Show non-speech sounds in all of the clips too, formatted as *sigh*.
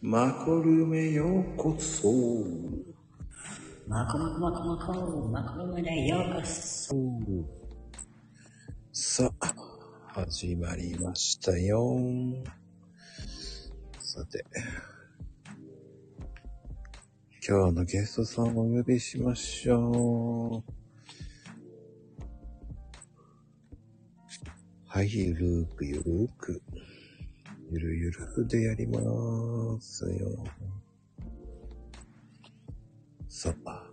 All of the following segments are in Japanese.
マコルメようこそ。マコマコマコマコ、マコルメでようこそ。さあ、始まりましたよ。さて、今日のゲストさんをお呼びしましょう。はい、ゆるーくゆるーく。ゆるゆるでやりまーすよ。さあ、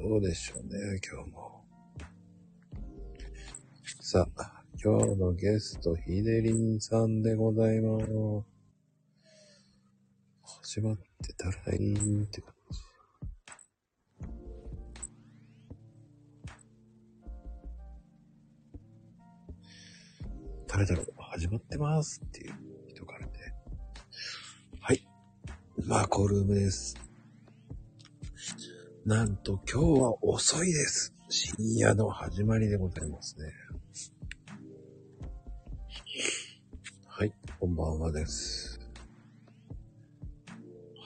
どうでしょうね、今日も。さあ、今日のゲスト、ひでりんさんでございます。始まってたらいいって感じ。誰だろう始まってますっていう人からね。はい。マコルームです。なんと今日は遅いです。深夜の始まりでございますね。はい、こんばんはです。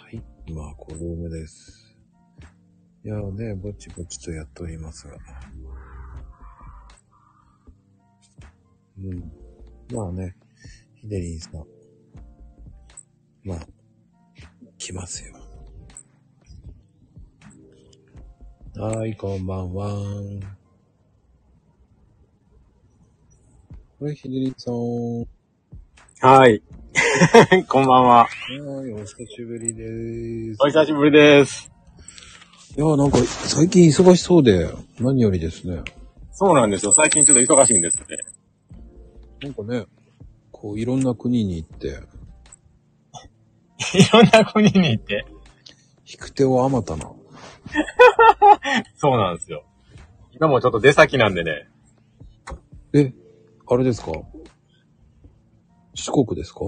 はい、マコルームです。いやーね、ぼちぼちとやっておりますが。うん。まあね、ひでりんさん。まあ、来ますよ。はーい、こんばんは。これ、ひでりんさん。ははい。 *laughs* こんばんは。ーい、お久しぶりでーす。お久しぶりです。いや、なんか、最近忙しそうで、何よりですね。そうなんですよ。最近ちょっと忙しいんですよね。なんかね、こう、いろんな国に行って、いろんな国に行って。引く手をあまたな。そうなんですよ。今もちょっと出先なんでね。え、あれですか四国ですか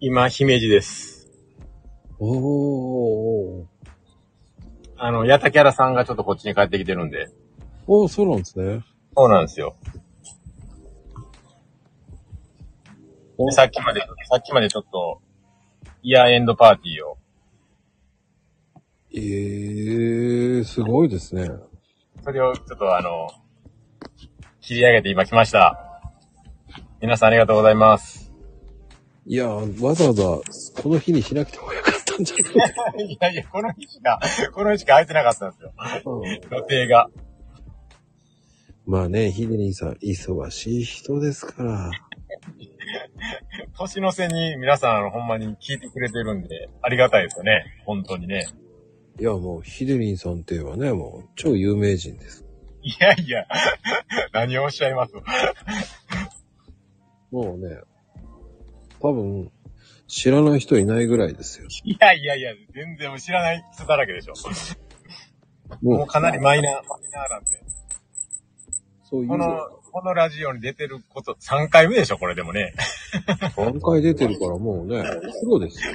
今、姫路です。おー。あの、ヤタキャラさんがちょっとこっちに帰ってきてるんで。おー、そうなんですね。そうなんですよ。でさっきまで、さっきまでちょっと、イヤーエンドパーティーを。えー、すごいですね。それをちょっとあの、切り上げて今来ました。皆さんありがとうございます。いや、わざわざ、この日にしなくてもよかったんじゃないいやいや、この日しか、この日しか空いてなかったんですよ。予定が。 *laughs* まあね、ヒデリンさん、忙しい人ですから。年の瀬に皆さん、あの、ほんまに聞いてくれてるんで、ありがたいですよね。本当にね。いや、もう、ヒデリンさんって言えばね、もう、超有名人です。いやいや、何をおっしゃいますもうね、多分、知らない人いないぐらいですよ。いやいやいや、全然知らない人だらけでしょ。もうもかなりマイナー、マイナーなんで。う、そういうこ、の、このラジオに出てること、3回目でしょ、これでもね。何回出てるからもうね、プロですよ。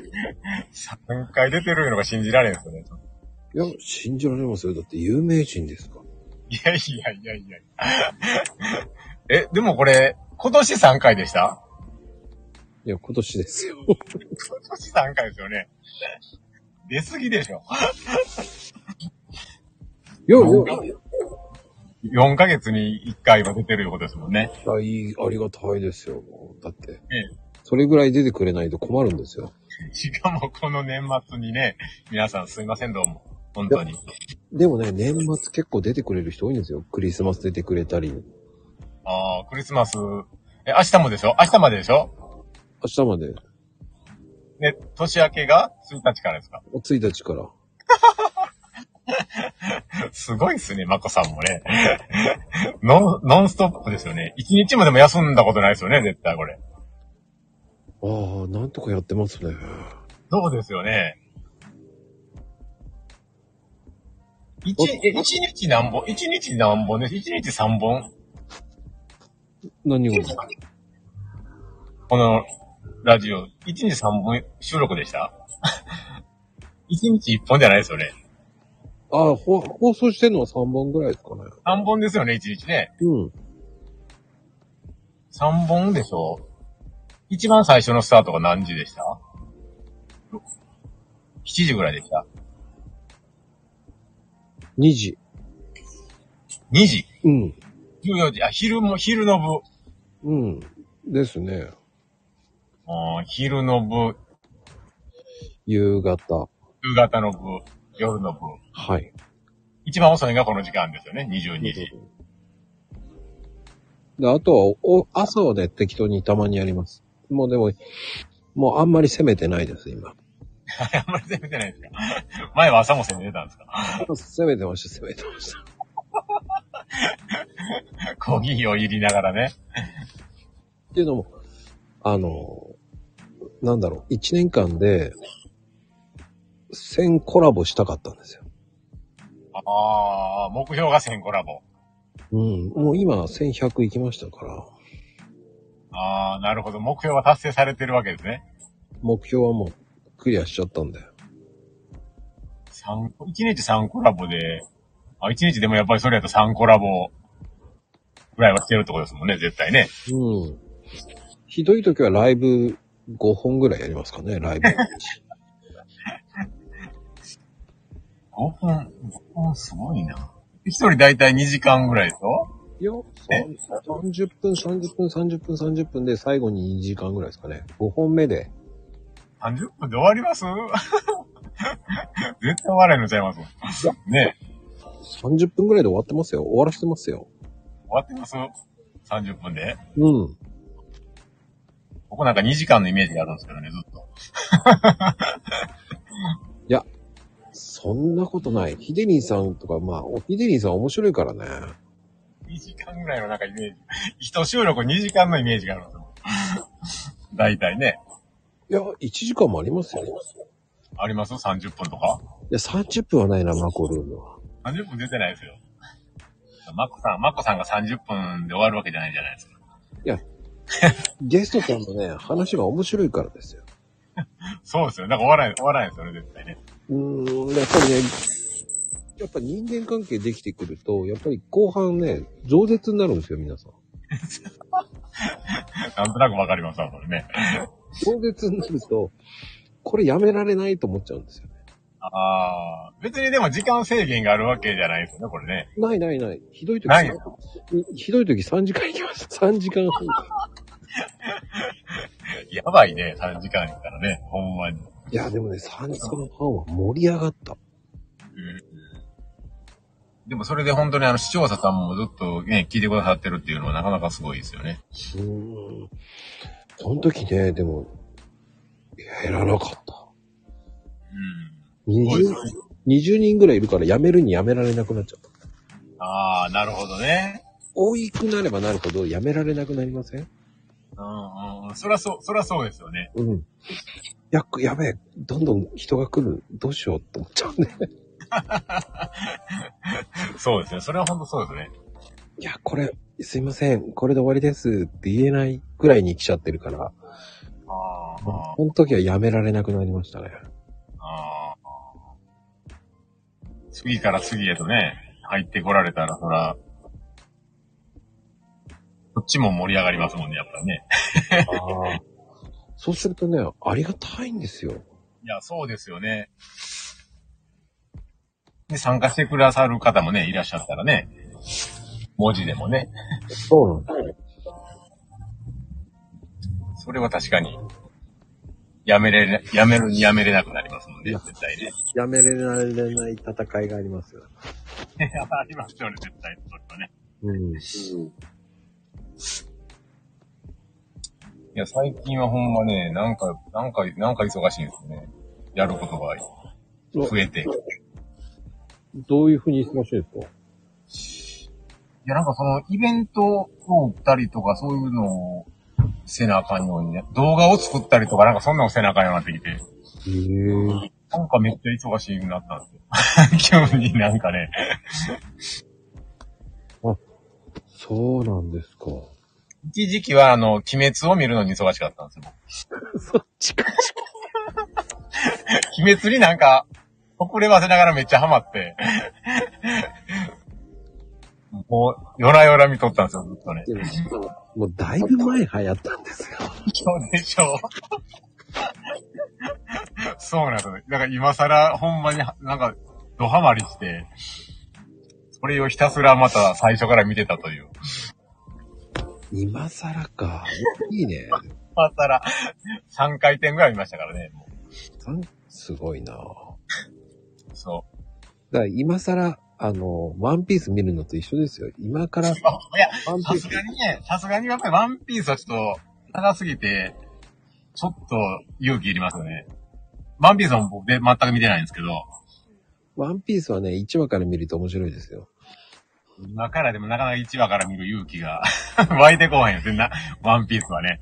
3回出てるのが信じられんですよね。いや、信じられますよ。だって有名人ですから。いやいやいやいや。え、でもこれ、今年3回でしたいや、今年ですよ。今年3回ですよね。出過ぎでしょ。いや、 *laughs* いや4ヶ月に1回は出てるいうことですもんね。いやいいありがたいですよ。もうだってえ、それぐらい出てくれないと困るんですよ。しかもこの年末にね、皆さんすいませんどうも。本当に。でもね、年末結構出てくれる人多いんですよ。クリスマス出てくれたり。ああ、クリスマス。え、明日もでしょ明日まででしょ明日まで、ね、年明けが1日からですか1日から。すごいっすね、マコさんもね。 *laughs* ノン、ノンストップですよね。1日もでも休んだことないですよね、絶対これ。ああ、なんとかやってますね。そうですよね。一、え、一日何本一日何本です一日三本何を。このラジオ、一日三本収録でした一日一本じゃないですよね。ああ、ほ放送してるのは3本ぐらいですかね。三本ですよね、一日ね。うん。三本でしょ一番最初のスタートが何時でしたろ7時ぐらいでした。 2時。 2時、うん。 14時、あ、昼も、昼の部。うん。ですね。うん昼の部、夕方。夕方の部、夜の部。はい。一番遅いのがこの時間ですよね、22時。で、あとはお、朝はね、適当にたまにやります。もうでも、もうあんまり攻めてないです、今。 *laughs* あんまり攻めてないですか *laughs* 前は朝も攻めてたんですか攻めてました、攻めてました。コーヒーを入りながらね。っていうのも、あの、なんだろう、1年間で、1000コラボしたかったんですよ。ああ、目標が1000コラボ。うん。もう今、1100行きましたから、ああ、なるほど。目標は達成されてるわけですね。目標はもうクリアしちゃったんだよ。三1日3コラボで、あ、1日でもやっぱりそれやと3コラボぐらいはしてるってことですもんね、絶対ね。うん。ひどい時はライブ5本ぐらいやりますかね、ライブ。 5分、5分すごいな。1人だいたい2時間ぐらいでしょいや、30分、30分、30分、30分で最後に2時間ぐらいですかね。5本目で。 ?30 分で終わります *laughs* 絶対終わらへんのちゃいます。ね30分ぐらいで終わってますよ。終わらせてますよ。終わってます ?30 分でうん。ここなんか2時間のイメージがあるんですけどね、ずっと。そんなことない。ヒデリンさんとか、まあ、おヒデリンさん面白いからね。 2時間ぐらいのなんかイメージ。 *laughs* 一収録2時間のイメージがあるんですよ。 *laughs* 大体ね。いや、1時間もありますよ。いあります ?30 分とかや、30分はないな、マコルームは。 ?30 分出てないですよ。マッコさん、マッコさんが30分で終わるわけじゃないじゃないですか。ゲストさんのね、話が面白いからですよ。そうですよ。なんか終わらない、終わらないですよね、絶対ね。うーん、やっぱりね、やっぱ人間関係できてくると、やっぱり後半ね、饒舌になるんですよ、皆さん。なんとなくわかりますわ、これね。饒舌になると、これやめられないと思っちゃうんですよ。ああ、別にでも時間制限があるわけじゃないですよね、これね。ないないない。ひどい時。ないよひどい時3時間行きました。3時間半。やばいね、3時間行ったらね、ほんまに。いや、でもね、3時間半は盛り上がった。でもそれで本当にあの視聴者さんもずっとね、聞いてくださってるっていうのはなかなかすごいですよね。うーん。その時ね、でも、減らなかった。うん。 20, 20人ぐらいいるからやめるにやめられなくなっちゃった。ああ、なるほどね。多くなればなるほどやめられなくなりませんうんうん。そらそう、そらそうですよね。うん。やっ、やべえ、どんどん人が来る。どうしようって思っちゃうね。そうですね。それは本当そうですね。いや、これ、すいません、これで終わりですって言えないぐらいに来ちゃってるから、ああ、その時はやめられなくなりましたね。ああ。次から次へとね、入ってこられたら、そら、こっちも盛り上がりますもんね、やっぱりね。そうするとね、ありがたいんですよ。いや、そうですよね。で、参加してくださる方もね、いらっしゃったらね、文字でもね、そうなんだ。それは確かに、やめれな、やめるにやめれなくなりますもんね、いや絶対ね。やめられない戦いがありますよ。ありますよね、絶対。それはね。うん。いや、最近はほんまね、なんか、なんか、なんか忙しいんですよね。やることが増えて。いどういうふうに忙しいですかや、なんかその、イベントを打ったりとか、そういうのをせなあかんようにね、動画を作ったりとか、なんかそんなのせなあかんようになってきへて、え。なんかめっちゃ忙しくなったんですよ。急 *laughs* になんかね。そうなんですか。一時期は、あの、鬼滅を見るのに忙しかったんですよ。そっちか。 *laughs* 鬼滅になんか、遅ればせながらめっちゃハマって。もう、夜な夜な見とったんですよ、ずっとね。もうだいぶ前流行ったんですよ。そうでしょう。そうなんですよ。だから今更、ほんまに、なんか、ドハマりして、それをひたすらまた最初から見てたという。今更か。いいね。今更、3回転ぐらい見ましたからね。もさんすごいな。だかうそう。ら今更、あの、ワンピース見るのと一緒ですよ。今から、ワンあ、いや、ピさーす *laughs* スがにね、さすがにやっぱりワンピースはちょっと長すぎて、ちょっと勇気いりますよね。ワンピースは僕で全く見てないんですけど、ワンピースはね、1話から見ると面白いですよ。今からでもなかなか1話から見る勇気が *laughs* 湧いてこうへんよ、全な、ワンピースはね。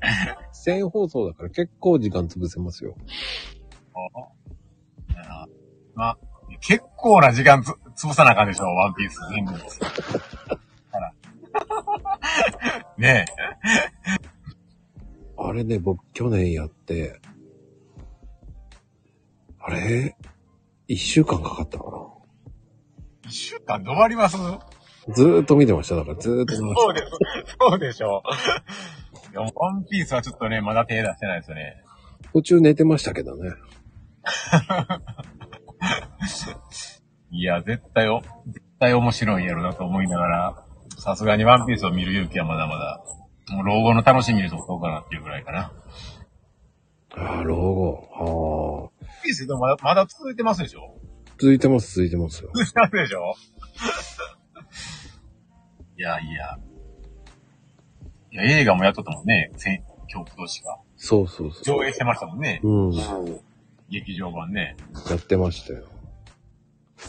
全放送だから結構時間潰せますよ。あまあ、結構な時間つ潰さなあかんでしょ、ワンピース全部。あら *laughs* ねえ。あれね、僕去年やって、あれ ?1 週間かかったか一週間止まりますな。ずーっと見てました。だからずーっと見ましそうです。そうでしょう。でもワンピースはちょっとね、まだ手出してないですよね。た。途中寝てましたけどね。いや、絶対お、絶対面白いやろなと思いながら、さすがにワンピースを見る勇気はまだまだ、もう老後の楽しみにしとこうかなっていうぐらいかな。ああ、老後。ああ。ワンピースでもまだまだ続いてますでしょ *laughs* 続いてます、続いてますよ。続いてますでしょいやいや。いや、映画もやっとったもんね、先今日今年が。そうそうそ上映してましたもんね、う。うん。劇場版ね。やってましたよ。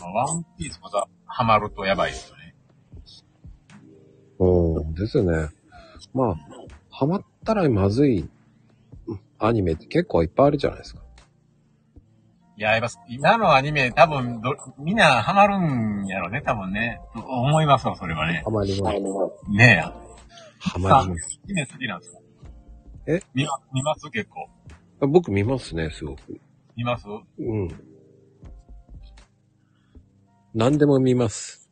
まあワンピースまたハマるとやばいですよね。うん。ですよね。まあ、ハマったらまずいアニメって結構いっぱいあるじゃないですか。いや、やっぱ、今のアニメ、多分ど、みんなハマるんやろね、多分ね。と思いますわ、それはねハ。マります。ねえ。ハさマあります。、アニメ好きなんですかえ見ま見ます結構。僕見ますね、すごく。見ますうん。何でも見ます。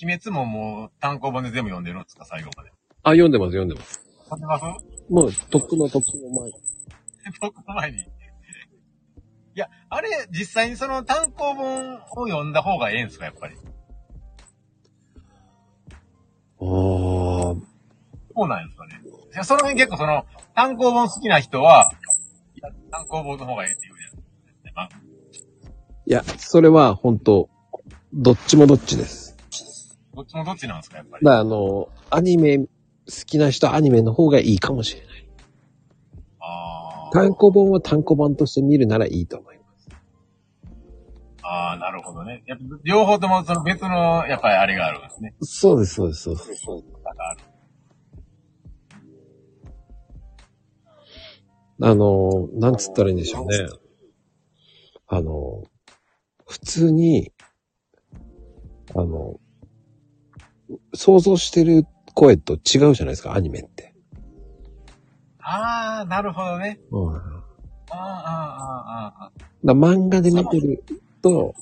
鬼滅ももう単行本で全部読んでるんですか最後まで。あ、読んでます、読んでます。読んでますもう、とっくのとっくの前。僕の前に。いや、あれ、実際にその単行本を読んだ方がええんですかやっぱり。ああ、そうなんですかね。いや、その辺結構その、単行本好きな人は、いや単行本の方がええって言うじゃないですか。いや、それは本当どっちもどっちです。どっちもどっちなんですかやっぱり。だからあの、アニメ、好きな人はアニメの方がいいかもしれない。あー単行本は単行本として見るならいいと思いまあー、なるほどね。やっぱ両方ともその別の、やっぱりあれがあるんですね。す。そうです、そうです、そうです。なんかある。あの、なんつったらいいんでしょうね。あの、普通に、あの、想像してる声と違うじゃないですか、アニメって。ああ、なるほどね。うん。だかあーあー、あーあー、あーら漫画で見てると、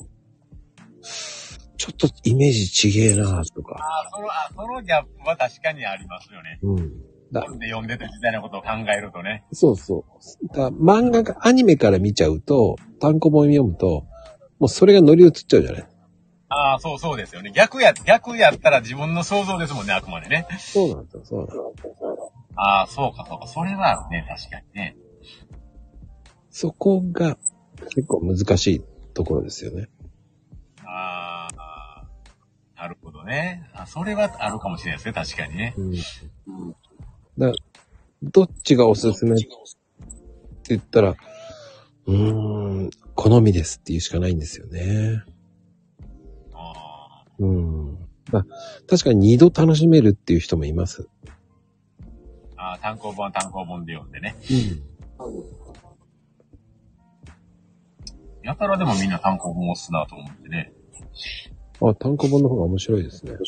ちょっとイメージちげえなとか。あー。その、あ、そのギャップは確かにありますよね。うん。だ本で読んでた時代のことを考えるとね。そうそう。だから漫画が、アニメから見ちゃうと、単行本読むと、もうそれが乗り移っちゃうじゃないああ、そうそうですよね。逆や、逆やったら自分の想像ですもんね、あくまでね。そうなんですよ、そうなんですよ。ああ、そうか、そうか。それはね、確かにね。そこが結構難しいところですよね。ああ、なるほどね。あ、それはあるかもしれないですね、確かにね。うん。だどっちがおすすめって言ったら、うーん、好みですっていうしかないんですよね。あーうん。まあ、確かに二度楽しめるっていう人もいます。あー、単行本は単行本で読んでね。やたらでもみんな単行本を押すなと思ってね。あ、単行本の方が面白いですね。うん、なん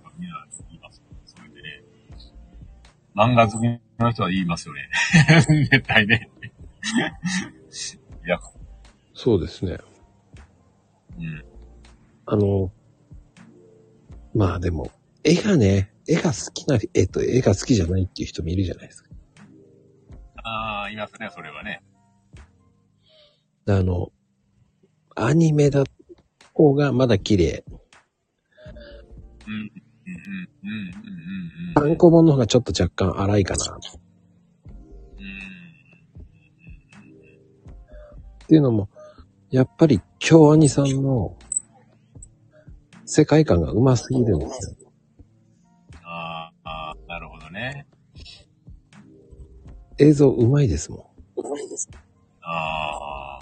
かみんな言います。それでね。漫画好きの人は言いますよね。 *laughs* 絶対ね。いや、そうですね。うん。あの、まあでも、絵がね、絵が好きな、絵と絵が好きじゃないっていう人もいるじゃないですか。ああ、いますね、それはね。あの、アニメだ方がまだ綺麗。うん、うん、うん、うん、うん、うん。単行本の方がちょっと若干荒いかな。っていうのも、やっぱり京アニさんの世界観が上手すぎるんですよ。あーあー、なるほどね。映像上手いですもあ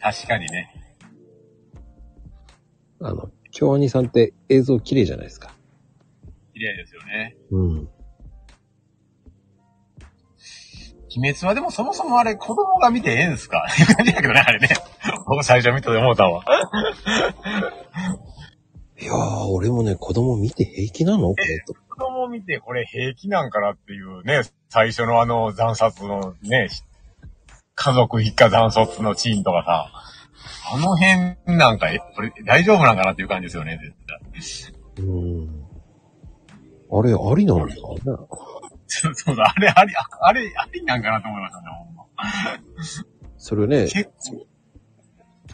あ、確かにね。ん。あの、京アニさんって映像綺麗じゃないですか。綺麗ですよね。うん。鬼滅はでもそもそもあれ子供が見てええんすか *laughs* いう感じだけどね、あれね。僕最初見たで思うたわ。いやー、俺もね、子供見て平気なのこれと。子供見てこれ平気なんかなっていうね、最初のあの残殺のね、家族一家残殺のチーンとかさ、あの辺なんか、え、これ大丈夫なんかなっていう感じですよね、絶対。 *laughs* うん。あれ、ありなんですかね。そうそうだ、あれ、あり、ああれ、ありなんかなと思いましたね、ほんま。それね、結構、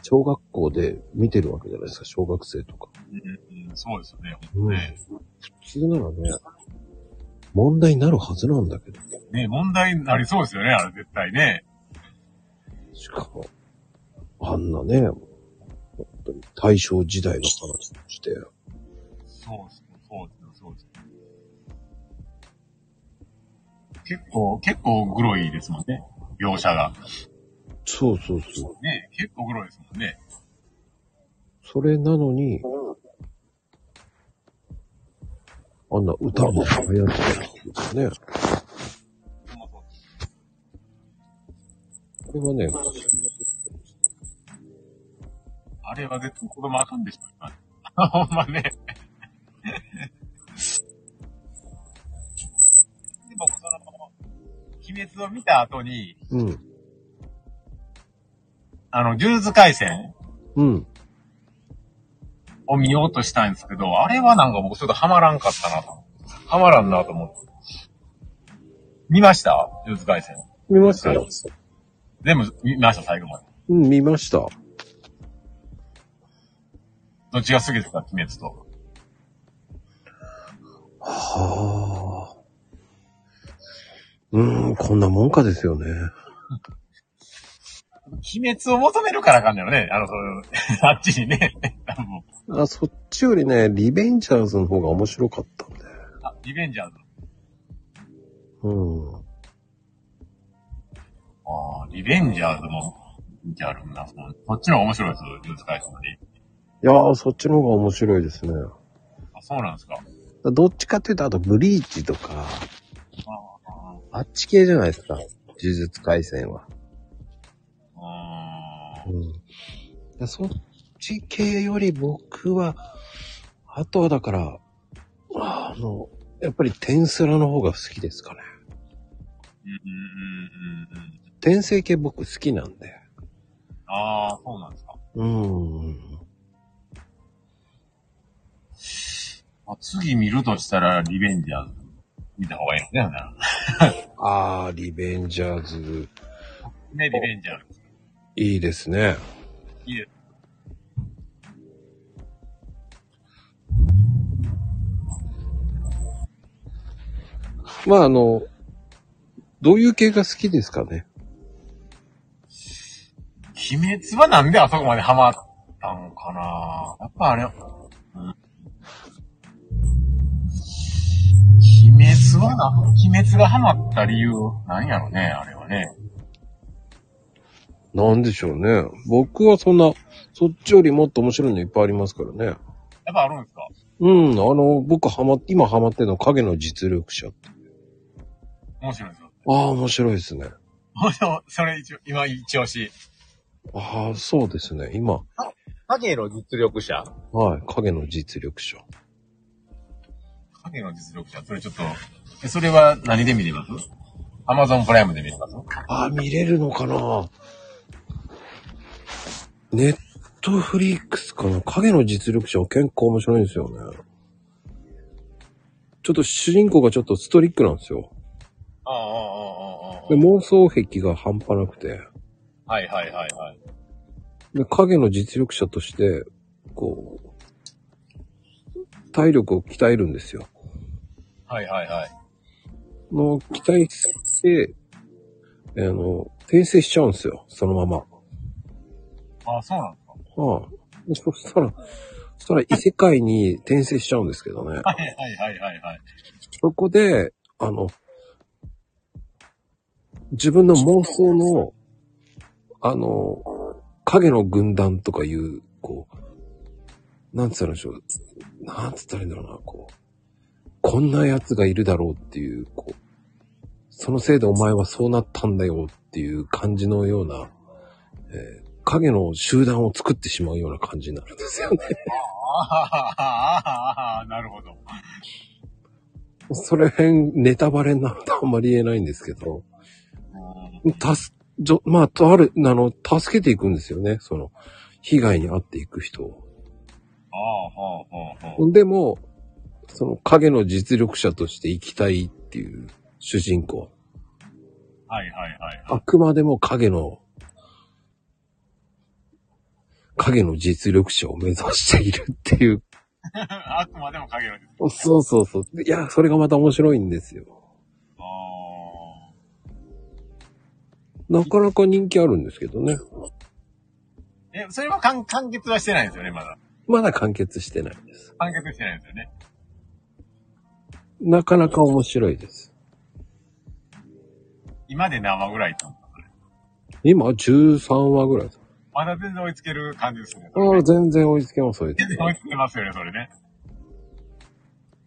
小学校で見てるわけじゃないですか、小学生とか。うんうんそうですよね、ほんうんとね。普通ならね、問題になるはずなんだけど。ね、問題になりそうですよね、あれ絶対ね。しかも、あんなね、本当に大正時代の話として、そうですよ、そうですよ、そうですよ。結構、結構グロいですもんね、描写が。そうそうそう。ね、結構グロいですもんね。それなのに、あんな歌も流行ってるんですね。これはね、あれは絶対子供あかんでしょ、今。 *laughs* ほんまね。 *laughs* でも、その、鬼滅を見た後に、うん、あの、呪術廻戦うん。を見ようとしたんですけど、あれはなんか僕ちょっとハマらんかったなと。ハマらんなと思って。見ました呪術廻戦。見ましたよ。全部見ました、最後まで。うん、見ました。どっちが好きですか鬼滅と。はあ。うーん、こんなもんかですよね。鬼滅を求めるからあかんだよね。あの、その *laughs* あっちにね。多分あ、そっちよりね、リベンジャーズの方が面白かったんで。あ、リベンジャーズ。うん。ああ、リベンジャーズも、見てあるんだ。そっちの方が面白いです、呪術廻戦まで。いやー、そっちの方が面白いですね。あ、そうなんですか。どっちかっていうと、あと、ブリーチとか、あああっち系じゃないですか。呪術廻戦は。ああ、うーん。うん。そっち系より僕は、あとはだから、あの、やっぱり天スラの方が好きですかね。うん、うん、うん、うん。天性系僕好きなんで。ああ、そうなんですか。うん。あ次見るとしたら、リベンジャーズ見た方がいいんだよな。あー、リベンジャーズ、ね、リベンジャーズ。いいですね。いいです。まあ、あの、どういう系が好きですかね。鬼滅はなんであそこまでハマったんかなやっぱあれ、うん。鬼滅はな、鬼滅がハマった理由、なんやろね、あれはね。なんでしょうね。僕はそんな、そっちよりもっと面白いのいっぱいありますからね。やっぱあるんですかうん、あの、僕ハマっ、今ハマってるの影の実力者って。面白いですよ。ああ、面白いですね。もうでも *laughs* それ一応、今一押し。ああ、そうですね。今、影の実力者はい、影の実力者。影の実力者、それちょっと、えそれは何で見れますアマゾンプライムで見れますああ、見れるのかなネットフリックスかな影の実力者は結構面白いんですよね。ちょっと主人公がちょっとストリックなんですよ。ああ、ああ、ああ、ああで妄想癖が半端なくて。はいはいはいはい。で、影の実力者として、こう、体力を鍛えるんですよ。はいはいはい。もう、鍛えして、あの、転生しちゃうんですよ、そのまま。あ、そうなんですか。はあ、そしたら、そしたら異世界に転生しちゃうんですけどね。 *laughs* はいはいはいはいはい。そこで、あの、自分の妄想の、あの、影の軍団とかいう、こう、なんつったらいいんでしょう。なんつったらいいんだろうな、こう。こんな奴がいるだろうっていう、こう。そのせいでお前はそうなったんだよっていう感じのような、えー影の集団を作ってしまうような感じになるんですよね。ああ、なるほど。それ辺、ネタバレになるとあんまり言えないんですけど。たす、じょ、まあ、とある、あの、助けていくんですよね。その、被害に遭っていく人を。ああ、ほうほうほう。でも、その影の実力者として生きたいっていう主人公。はいはいはい。 *laughs* あくまでも影の、影の実力者を目指しているっていう。あくまでも影のです。そうそうそう。いや、それがまた面白いんですよ。ああ。なかなか人気あるんですけどね。え、それは完完結はしてないんですよね、まだ。まだ完結してないです。完結してないんですよね。なかなか面白いです。今で何話ぐらいいったの今、13話ぐらいです。まだ全然追いつける感じですね。それあねあ、全然追いつけます、追 *laughs* いつ全け然ま追す。いつけますよね、それね。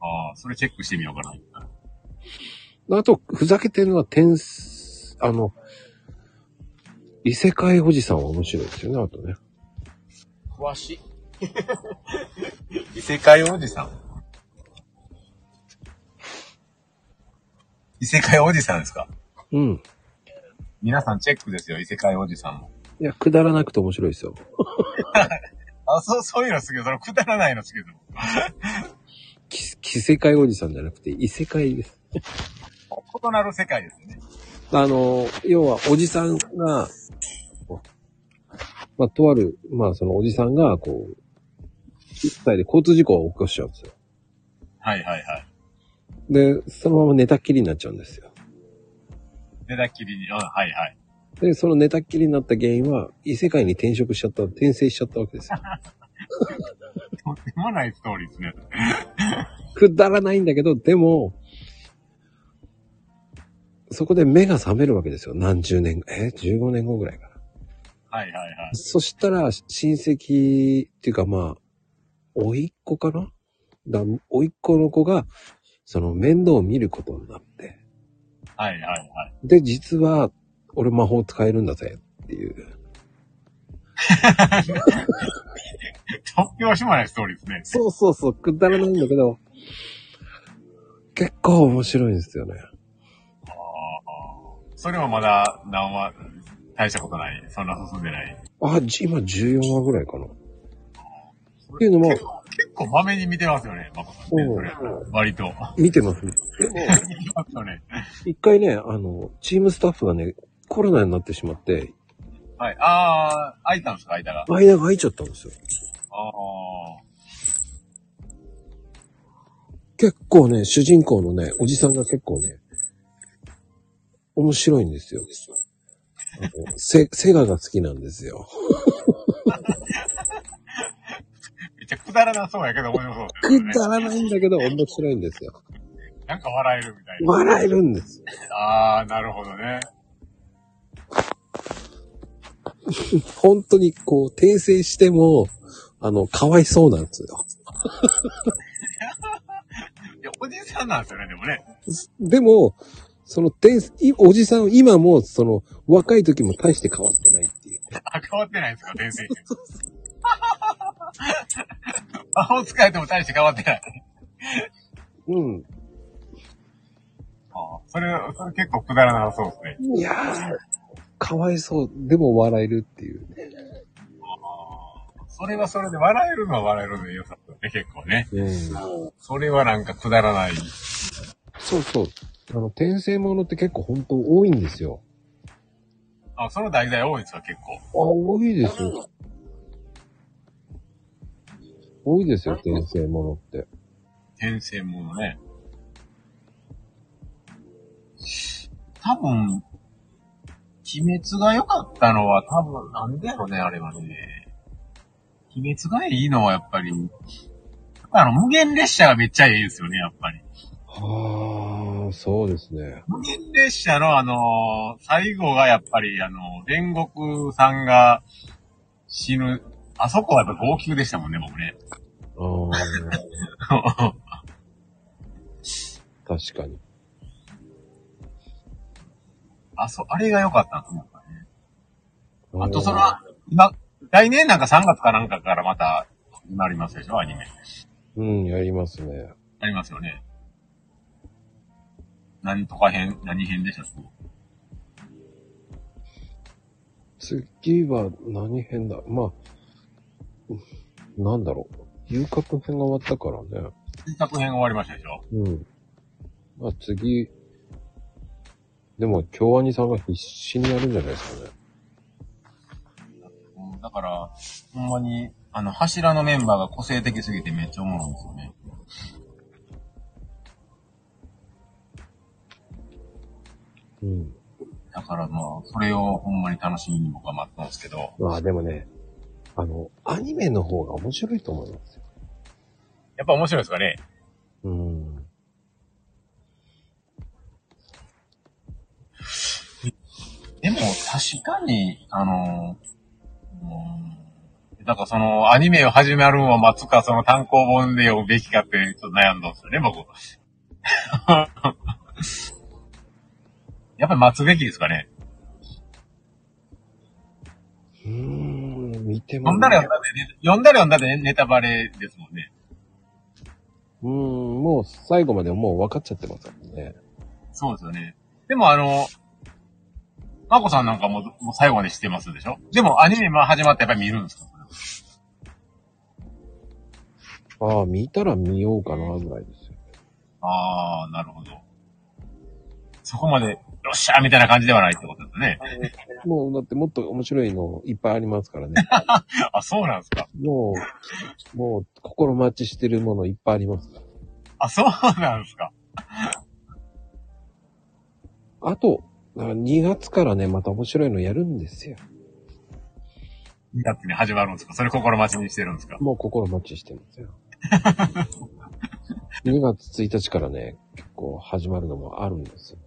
ああ、それチェックしてみようかな。あと、ふざけてるのは、天す、あの、異世界おじさんは面白いですよね、あとね。詳しい。異世界おじさん。異世界おじさんですかうん。皆さんチェックですよ、異世界おじさんも。いや、くだらなくて面白いですよ。あ、そう、そういうの好きよ。そのくだらないの好きです。き、奇世界おじさんじゃなくて、異世界です。異なる世界ですよね。あの、要は、おじさんが、まあ、とある、まあ、そのおじさんが、こう、一歳で交通事故を起こしちゃうんですよ。はいはいはい。で、そのまま寝たっきりになっちゃうんですよ。でだっきりに、うん、はいはい。で、その寝たっきりになった原因は、異世界に転職しちゃった、転生しちゃったわけですよ。とてもないストーリーですね。くだらないんだけど、でも、そこで目が覚めるわけですよ。何十年、え、15年後ぐらいかな。はいはいはい。そしたら、親戚っていうかまあ、甥いっ子かなだ甥いっ子の子が、その面倒を見ることになって。はいはいはい。で、実は、俺魔法使えるんだぜっていう。突拍子もないストーリーですね。そうそうそう、くだらないんだけど、結構面白いんですよね。ああ。それもまだ何話、大したことない。そんな進んでない。あ、じ今14話ぐらいかな。っていうのも結、構、結構まめに見てますよね、マコさんね。うんそれ割と。 *laughs* 見てます。でも、見てますよね。一回ね、あの、チームスタッフがね、コロナになってしまって、はい。ああ、開いたんですか、開いたが。あ間が空いちゃったんですよ。あ。結構ね、主人公のね、おじさんが結構ね、面白いんですよ。あのセセガが好きなんですよ。めっちゃくだらなそうやけど面白そうですよくね。だらないんだけど面白いんですよ。なんか笑えるみたいな。笑えるんですよ。ああ、なるほどね。本当にこう、訂正しても、あの、かわいそうなんですよ。いや、おじさんなんですよね、でもね。でも、その転生、いおじさん、今も、その、若い時も大して変わってないっていう。あ、変わってないんですか、転生して。 *laughs* 魔法使えても大して変わってない。うん。ああ、それ、それ結構くだらなさそうですね。いやー、かわいそう。でも笑えるっていう。それはそれで、笑えるのは笑えるので良さそうね、結構ね。うん。それはなんかくだらない。そうそう。あの、転生ものって結構本当多いんですよ。あ、その題材多いんですか、結構。あ、多いですよ。多いですよ、転生ものって。転生ものね。多分、鬼滅が良かったのは多分、なんでやろね、あれはね。鬼滅がいいのはやっぱり、やっぱあの、無限列車がめっちゃいいですよね、やっぱり。はあ、そうですね。無限列車のあの、最後がやっぱりあの、煉獄さんが死ぬ、あそこはやっぱ号泣でしたもんね、僕ね。ああ、確か *laughs* に。あ、そう、あれが良かったんですね、やっぱりね。あと、その、今、来年なんか3月かなんかからまた、なりますでしょアニメ。うん、やりますね。なりますよね。何とか編、何編でしたっけ次は何編だまあ、うんなんだろう。遊郭編が終わったからね。新作編終わりましたでしょうん。まあ次、でも、京アニさんが必死にやるんじゃないですかね。うんだから、ほんまに、あの、柱のメンバーが個性的すぎてめっちゃおもろいんですよね。うん。だからまあ、それをほんまに楽しみに僕は待ったんですけど、まあでもね、あの、アニメの方が面白いと思いますよ。やっぱ面白いですかねうん。でも、確かに、あの、うん、だからその、アニメを始まるのを待つか、その単行本で読むべきかって、ちょっと悩んだんですよね、僕。やっぱり待つべきですかね。うーん、見ても読んだら読んだで、ね、読んだら読んだでネタバレですもんね。うん、もう最後までもう分かっちゃってますからね。そうですよね。でもあの、まこさんなんかももう最後まで知ってますでしょでもアニメまあ始まってやっぱり見るんですかああ、見たら見ようかな、ぐらいですよ。ああ、なるほど。そこまで、よっしゃーみたいな感じではないってことですね。もう、だってもっと面白いのいっぱいあります *laughs* からね。あ、そうなんですか。もう、もう、心待ちしてるものいっぱいありますから。あ、そうなんですか。あと、2月からね、また面白いのやるんですよ。 2月に始まるんですかそれ心待ちにしてるんですかもう心待ちしてるんですよ。2月1日からね、結構始まるのもあるんですよ。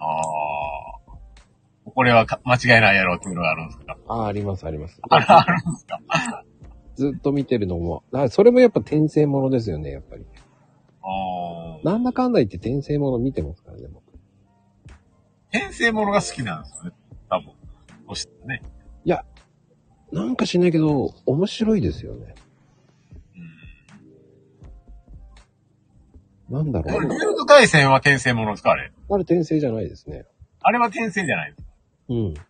ああ。これはか間違いないやろうっていうのがあるんですかああ、あります、あります。あら、あるんですかずっと見てるのも、あそれもやっぱ転生ものですよね、やっぱり。ああ。なんだかんだ言って転生もの見てますからね、僕。転生ものが好きなんですよね。多分。そしてね。なんかしないけど、面白いですよね。うん。なんだろこうれ、。ルート回戦は転生ものですかあれ。あれ転生じゃないですね。あれは転生じゃないです。うん。だか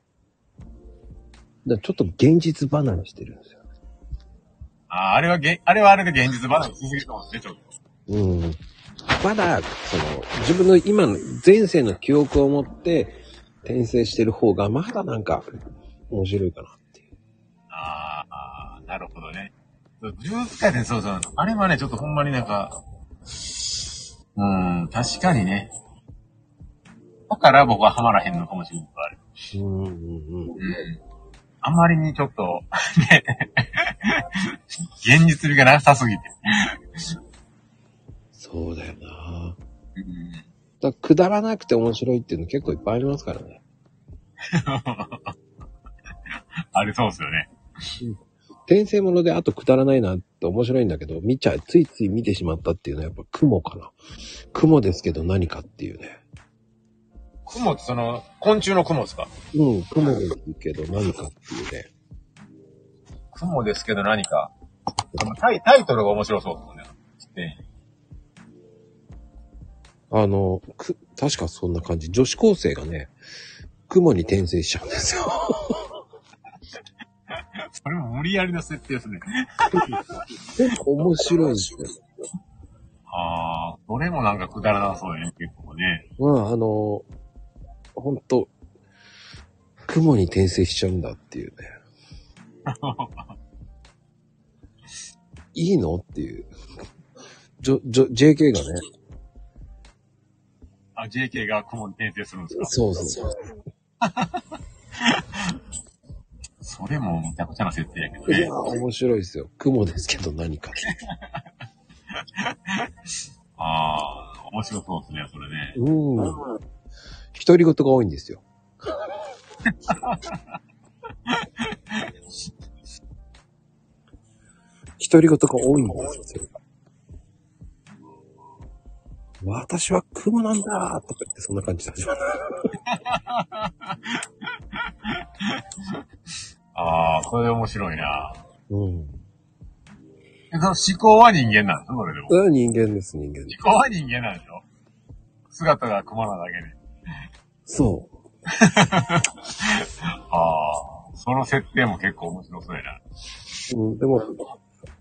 らちょっと現実離れしてるんですよ。ああ、あれはげ、あれはあれで現実離れしすぎてますね、ちょっと。うん。まだ、その、自分の今の前世の記憶を持って転生してる方が、まだなんか、面白いかなっていう。あーあー、なるほどね。呪術回転、そうそう。あれはね、ちょっとほんまになんか、うーん、確かにね。だから僕はハマらへんのかもしれない。あれうんうんうん。うん。あまりにちょっと、ね、現実味がなさすぎて。そうだよなうんだからくだらなくて面白いっていうの結構いっぱいありますからね。あれそうっすよね。転生ものであとくだらないなって面白いんだけど、見ちゃう、ついつい見てしまったっていうのはやっぱ雲かな。雲ですけど何かっていうね。雲ってその、昆虫の雲ですかうん、雲ですけど何かっていうね。雲ですけど何か。タイタイトルが面白そうですもんね。あの、く、確かそんな感じ。女子高生がね、雲に転生しちゃうんですよ。それも無理やりの設定ですね。面白いんですよ。ああ、どれもなんかくだらなそうやね、結構ね。まあ、あの、ほんと、雲に転生しちゃうんだっていうね。いいのっていう。じょ、じょ、JK がね。あ、JK が顧問に転生するんですかそうそう。それもめちゃくちゃな設定やけどいねや。ー、面白いですよ。雲ですけど何か。ああ、面白そうですね、それね。うん。独り言が多いんですよ。独り言が多いんですよ。私はクモなんだーとか言ってそんな感じで始まる。ああ、それ面白いな。うん。えその思考は人間なんですそれでも。それは人間です、人間。思考は人間なんでしょ姿が熊なだけで。そああ、その設定も結構面白そうやな。う。うん、でも、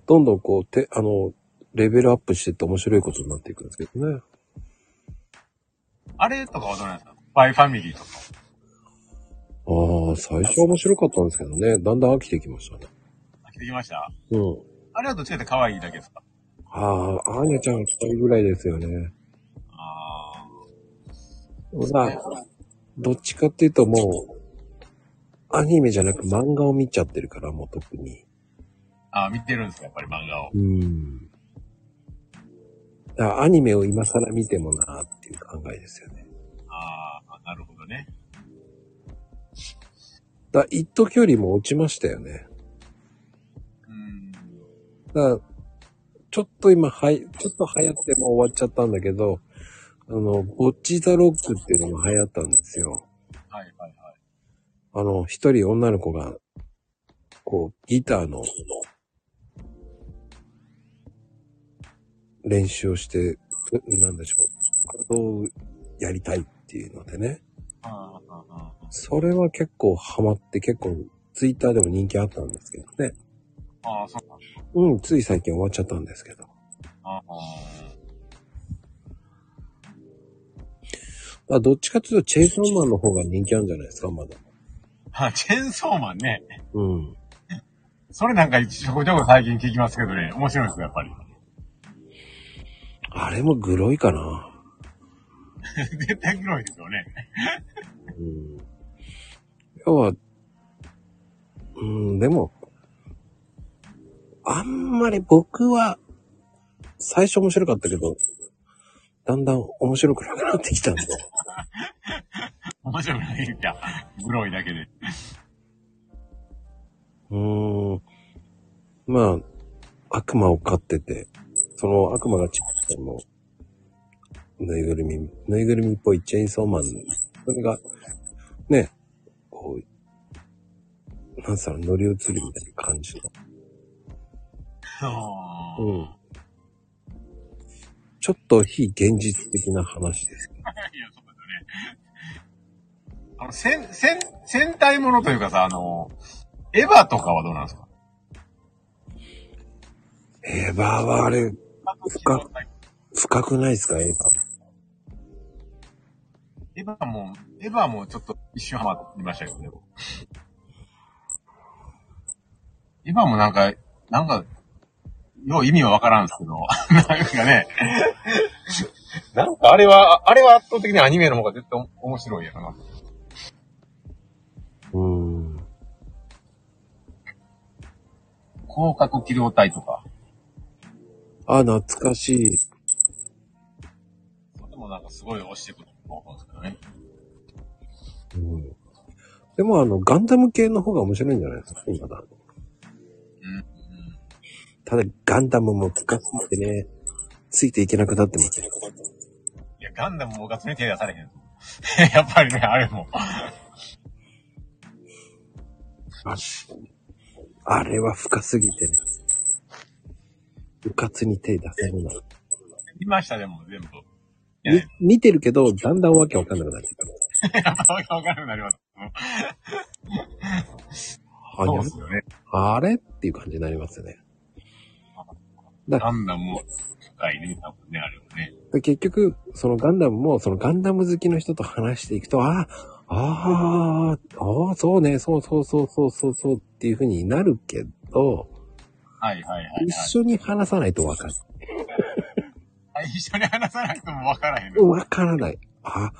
どんどんこう、て、あの、レベルアップしてって面白いことになっていくんですけどね。あれとかはどうなんですかスパイファミリーとか。ああ、最初は面白かったんですけどね。だんだん飽きてきましたね。飽きてきましたうん。あれはどっちかって可愛いだけですかああ、アーニャちゃん二人ぐらいですよね。あまあ、どっちかっていうともう、アニメじゃなく漫画を見ちゃってるから、もう特に。あ、ああ、見てるんですかやっぱり漫画を。うん。だからアニメを今更見てもなーっていう考えですよね。ああ、なるほどね。だから一時よりも落ちましたよね。うん。だから、ちょっと今、はい、ちょっと流行ってもう終わっちゃったんだけど、あの、ボッチザロックっていうのが流行ったんですよ。はいはいはい。あの、一人女の子が、こう、ギターの、練習をして、うなんでしょう、これをやりたいっていうのでね。ああ、ああ、あそれは結構ハマって、結構、ツイッターでも人気あったんですけどね。あ、ああそうなんですか。うん、つい最近終わっちゃったんですけど。ああ、まあ、どっちかっていうと、チェイソーマンの方が人気あるんじゃないですか、まだ。あチェーンソーマンね。うん。それなんかちょこちょこ最近聞きますけどね。面白いですよ、やっぱり。 *laughs* あれもグロいかな。絶対黒いですよね。うん要は、うん、でも、あんまり僕は、最初面白かったけど、だんだん面白くなくなってきたんで。面白くないんだ。黒いだけで。 *laughs* うーん。まあ、悪魔を飼ってて、その悪魔がチップさんの、ぬいぐるみ、ぬいぐるみっぽいチェーンソーマン、それが、ね、こう、なんつったら乗り移るみたいな感じの。そう。 *laughs* うん。ちょっと非現実的な話です。いや、そうですよね。あの、戦、戦、戦隊ものというかさ、あの、エヴァとかはどうなんですかエヴァはあれ、深くはい深くないですか、エヴァ。エヴァも、エヴァもちょっと一瞬ハマりましたけどね。僕エヴァもなんか、なんか、よう意味はわからんですけど、 *laughs* なんかね、なんかあれは、あれは圧倒的にアニメの方が絶対面白いやろな。うーん。広角機動隊とか。あ、懐かしい。でもなんかすごい押してくると思うんですけどね。うん。でもあの、ガンダム系の方が面白いんじゃないですか、今だ。うん。ただ、ガンダムも深すぎてね、ついていけなくなってますよ。いや、ガンダムも部活に手出されへん。 *laughs* やっぱりね、あれも。あれは深すぎてね。うかつに手出せない。見ました、でも全部。いや、みね、見てるけど、だんだんわけわかんなくなってきた。やっぱわかるようになります。あそうですよね。あれっていう感じになりますよね。だガンダムも深いね、多分ね、あれもね。で結局、そのガンダムも、そのガンダム好きの人と話していくと、ああ、ああ、ああ、そうね、そうそうそうそうそうそうっていう風になるけど、あはいはいはい、はい。一緒に話さないとわかんない。あ一緒に話さないともわからへんの。わからない。あ、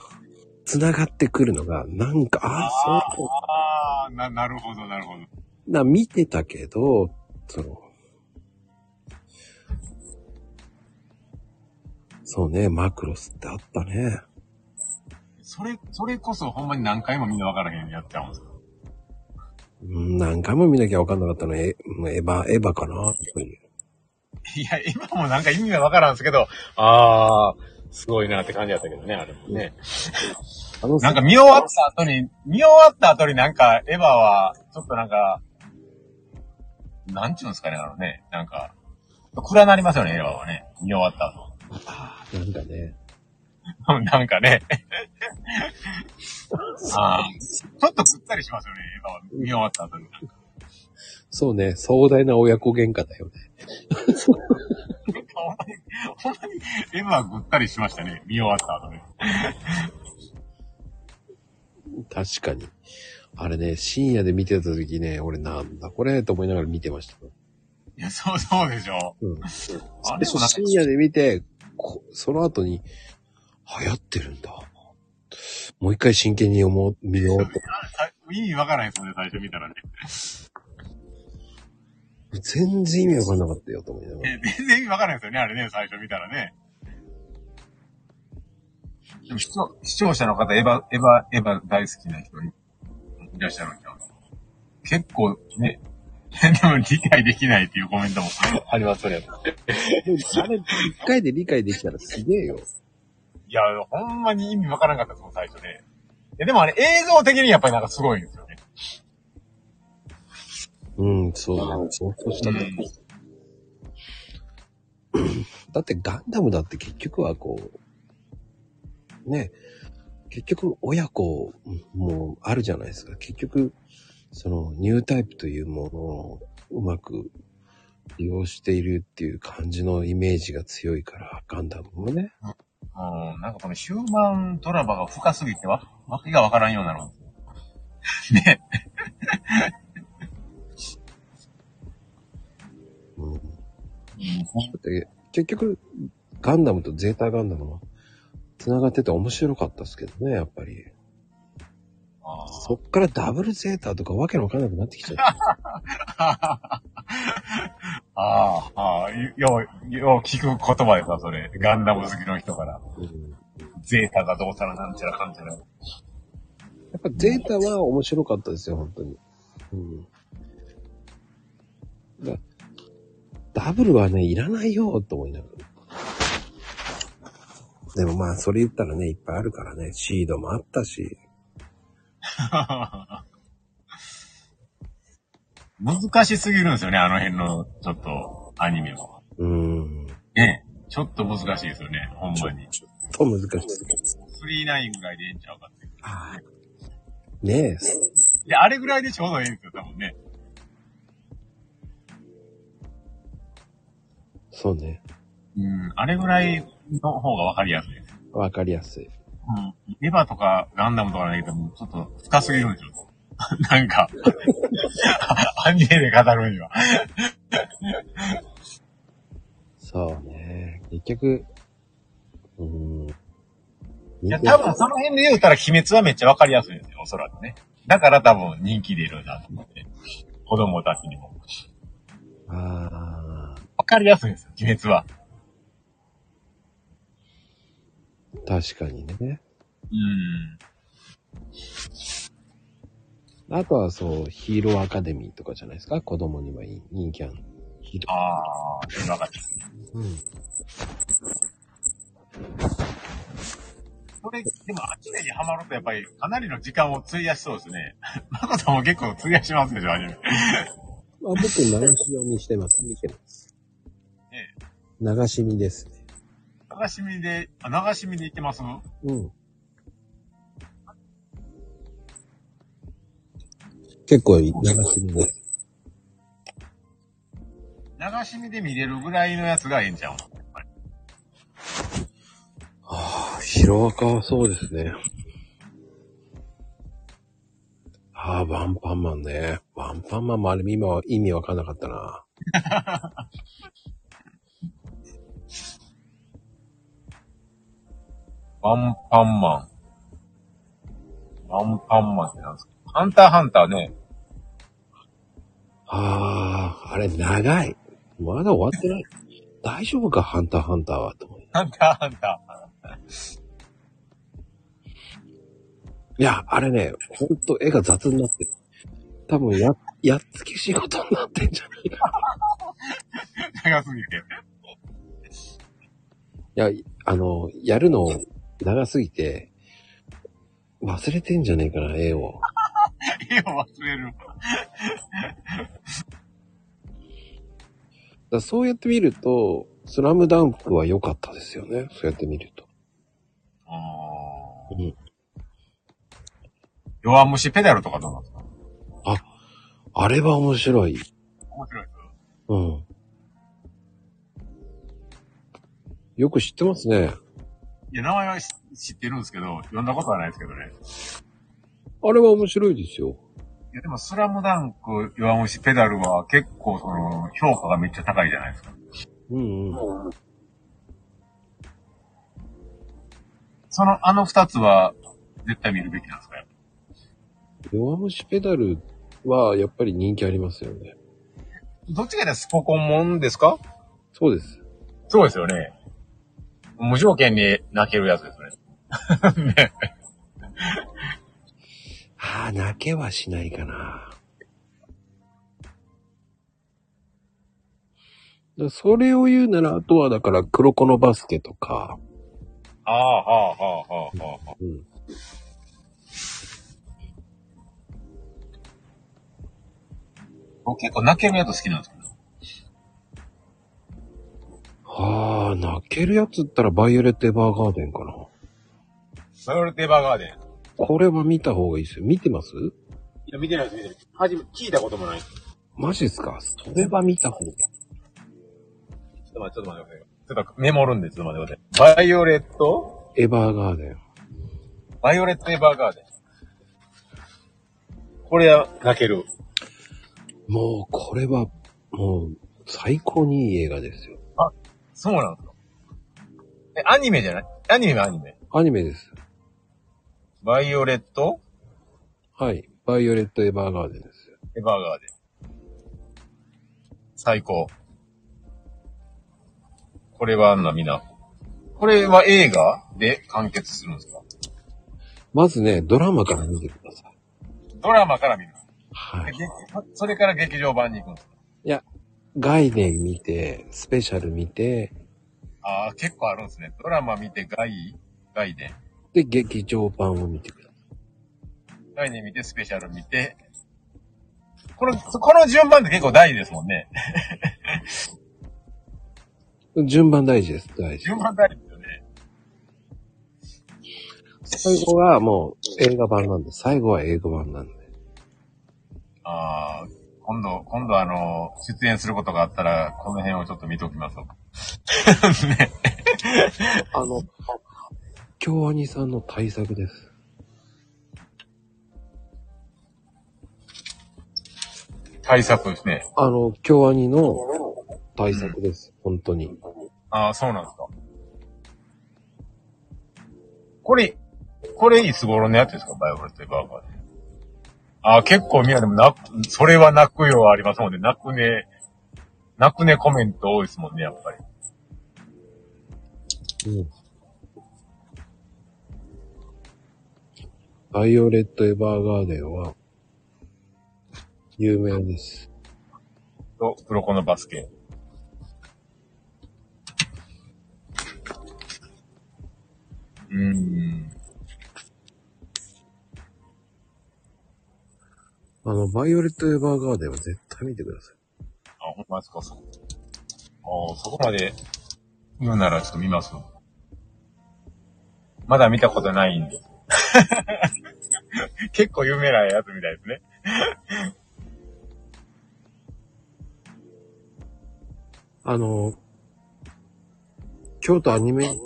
繋がってくるのが、なんか、ああ、そうか。ああ、な、なるほど、なるほど。な、見てたけど、その、そうね、マクロスってあったね。それ、それこそほんまに何回もみんなわからへんやっちゃうんですようん、何回も見なきゃわかんなかったの、えエヴァ、エヴァかなそういういや、今もなんか意味がわからんですけど、ああ、すごいなって感じだったけどね、あれもね。あのなんか見終わった後に、見終わった後になんかエヴァは、ちょっとなんか、なんちゅうんですかね、あのね、なんか、暗なりますよね、エヴァはね。見終わった後。なんかね。 *laughs* なんかね。あーちょっとくったりしますよね、エヴァは。見終わった後に。そうね、壮大な親子喧嘩だよね。ほんまに、ほんまに、エヴァはぐったりしましたね。見終わった後ね。確かに。あれね、深夜で見てた時ね、俺なんだこれと思いながら見てました。いや、そう、そうでしょう。うん。あでれもなんか深夜で見て、こその後に、流行ってるんだ。もう一回真剣に思う、見ようと。さ意味わからないですね、最初見たらね。全然意味わかんなかったよと思いなが *laughs* ら。え全然意味わからないですよね、あれね、最初見たらね。でも視聴視聴者の方、エヴァ、エヴァ、エヴァ大好きな人いらっしゃるんじゃない結構ね、 *laughs* でも理解できないっていうコメントもありますね。あれ、一回で理解できたらすげえよ。いや、ほんまに意味わからなかったですもん、最初ね。いや、でもあれ映像的にやっぱりなんかすごいんですよね。うん、そうだね。そうしたね。だってガンダムだって結局はこう、ね、結局親子もあるじゃないですか。結局、そのニュータイプというものをうまく利用しているっていう感じのイメージが強いから、ガンダムもね。うん、なんかこのヒューマンドラマが深すぎてわ、わけがわからんようになるんですよ。ね。うん、だって結局、ガンダムとゼータガンダムは繋がってて面白かったですけどね、やっぱり。あーそっからダブルゼータとかわけのわからなくなってきちゃった。ああ、ああ、よう、よう聞く言葉ですわ、それ。ガンダム好きの人から。うんゼータがどうたらなんちゃらかんちゃら。やっぱゼータは面白かったですよ、本当に。うん。だダブルはね、いらないよ、と思いながら。でもまあ、それ言ったらね、いっぱいあるからね、シードもあったし、 *laughs* 難しすぎるんですよね、あの辺の、ちょっと、アニメも。うん、ねえちょっと難しいですよね、ほんまに。と難しい。 39ぐらいでええんちゃうかっていう。ねえ、で、あれぐらいでちょうどええんですよ、多分ね。そうね、うん、あれぐらいの方がわかりやすいです。わかりやすい。うん。エヴァとかガンダムとかだけど、もうちょっと深すぎるんですよ。 *laughs* なんか、アニメで語るには。そうね、結局、うん。いや、多分その辺で言うたら鬼滅はめっちゃわかりやすいですよ、おそらくね。だから多分人気出るなと思って。子供たちにも。ああ、わかりやすいんですよ、鬼滅は。確かにね。うん。あとはそう、ヒーローアカデミーとかじゃないですか子供にはいい人気ある。ヒーロあー、それわかります。ー。うん。それ、でもアニメにハマるとやっぱりかなりの時間を費やしそうですね。 *laughs* マコさんも結構費やしますでしょ、アニメ。あ僕、流し読みしてます。見てます。え流し見ですね。流し見で、あ流し見で行ってますうん。結構、流し見です。流し見で見れるぐらいのやつがええんちゃうのやっぱりああ、ヒロアカはそうですね。ああ、ワンパンマンね。ワンパンマンもあれ今は意味わかんなかったな。ワンパンマン。ワンパンマンってなんですかハンターハンターね。ああ、あれ長い。まだ終わってない。大丈夫か、ハンターハンターは。と思いハンターハンタいや、あれね、ほんと絵が雑になってる。多分や、やっつけ仕事になってんじゃないか。ー。長すぎて。いや、あの、やるの長すぎて、忘れてんじゃねえかな、絵を。絵を忘れる。だからそうやって見ると、スラムダンクは良かったですよね。そうやって見ると。あーうん弱虫ペダルとかどうなんですかあれは面白い。面白いです。うん。よく知ってますね。いや、名前は知知ってるんですけど、読んだことはないですけどね。あれは面白いですよ。いや、でも、スラムダンク、弱虫ペダルは結構、その、評価がめっちゃ高いじゃないですか。うんうん。その、あの二つは、絶対見るべきなんですかやっぱ弱虫ペダルはやっぱり人気ありますよね。どっちがね、スポコンもんですかそうです。そうですよね。無条件に泣けるやつですね。ね。ああ、泣けはしないかな。だそれを言うなら、あとはだから、黒子のバスケとか、ああ、はあ、はあ、はあ、はあ。うん。僕結構泣けるやつ好きなんですけど。ああ、泣けるやつったら、バイオレット・エヴァーガーデンかな。サウルテバーガーデン。これは見た方がいいですよ。見てますいや、見てないです、見てない。はじめ、聞いたこともない。ちょマジですかそれは見た方が。っと待って、ちょっと待ってください。ちょっとメモるんで、ちょっと待ってください。バイオレットエヴァーガーデン。バイオレットエヴァーガーデン。これは泣ける。もう、これは、もう、最高にいい映画ですよ。そうなんですか。え、アニメじゃないアニメはアニメ。アニメです。バイオレットはい。バイオレット・エヴァーガーデンです。エヴァーガーデン。最高。これはあんなみんな。これは映画で完結するんですかまずね、ドラマから見てください。ドラマから見る。はでい。劇それから劇場版に行くんですか概念見て、スペシャル見て、ああ、結構あるんですね。ドラマ見て外、外伝。で、劇場版を見てくださ外伝見てスペシャル見て。この、この順番って結構大事ですもんね。い。順番大事です、大事。順番大事ですよね。最後はもう映画版なんで、最後は映画版なんで。ああ、今度、今度あの、出演することがあったら、この辺をちょっと見ておきましょう。ね。あの、京アニさんの対策です。対策ですね。あの、京アニの対策です、本当に。ああ、そうなんですか。これ、これいつ頃のやつですかバイオレットエヴァーガーで。ああ、結構みんなでもな、それは泣くようありますもんね。泣くね、泣くねコメント多いですもんね、やっぱり。うん。バイオレット・エヴァーガーデンは、有名です。と、黒子のバスケ。うーん。あの、バイオレット・エヴァーガーデンは絶対見てください。あ、ほんまですか、そこ。ああ、そこまで言うならちょっと見ますわまだ見たことないんで。結構有名なやつみたいですね。あの、京都アニメの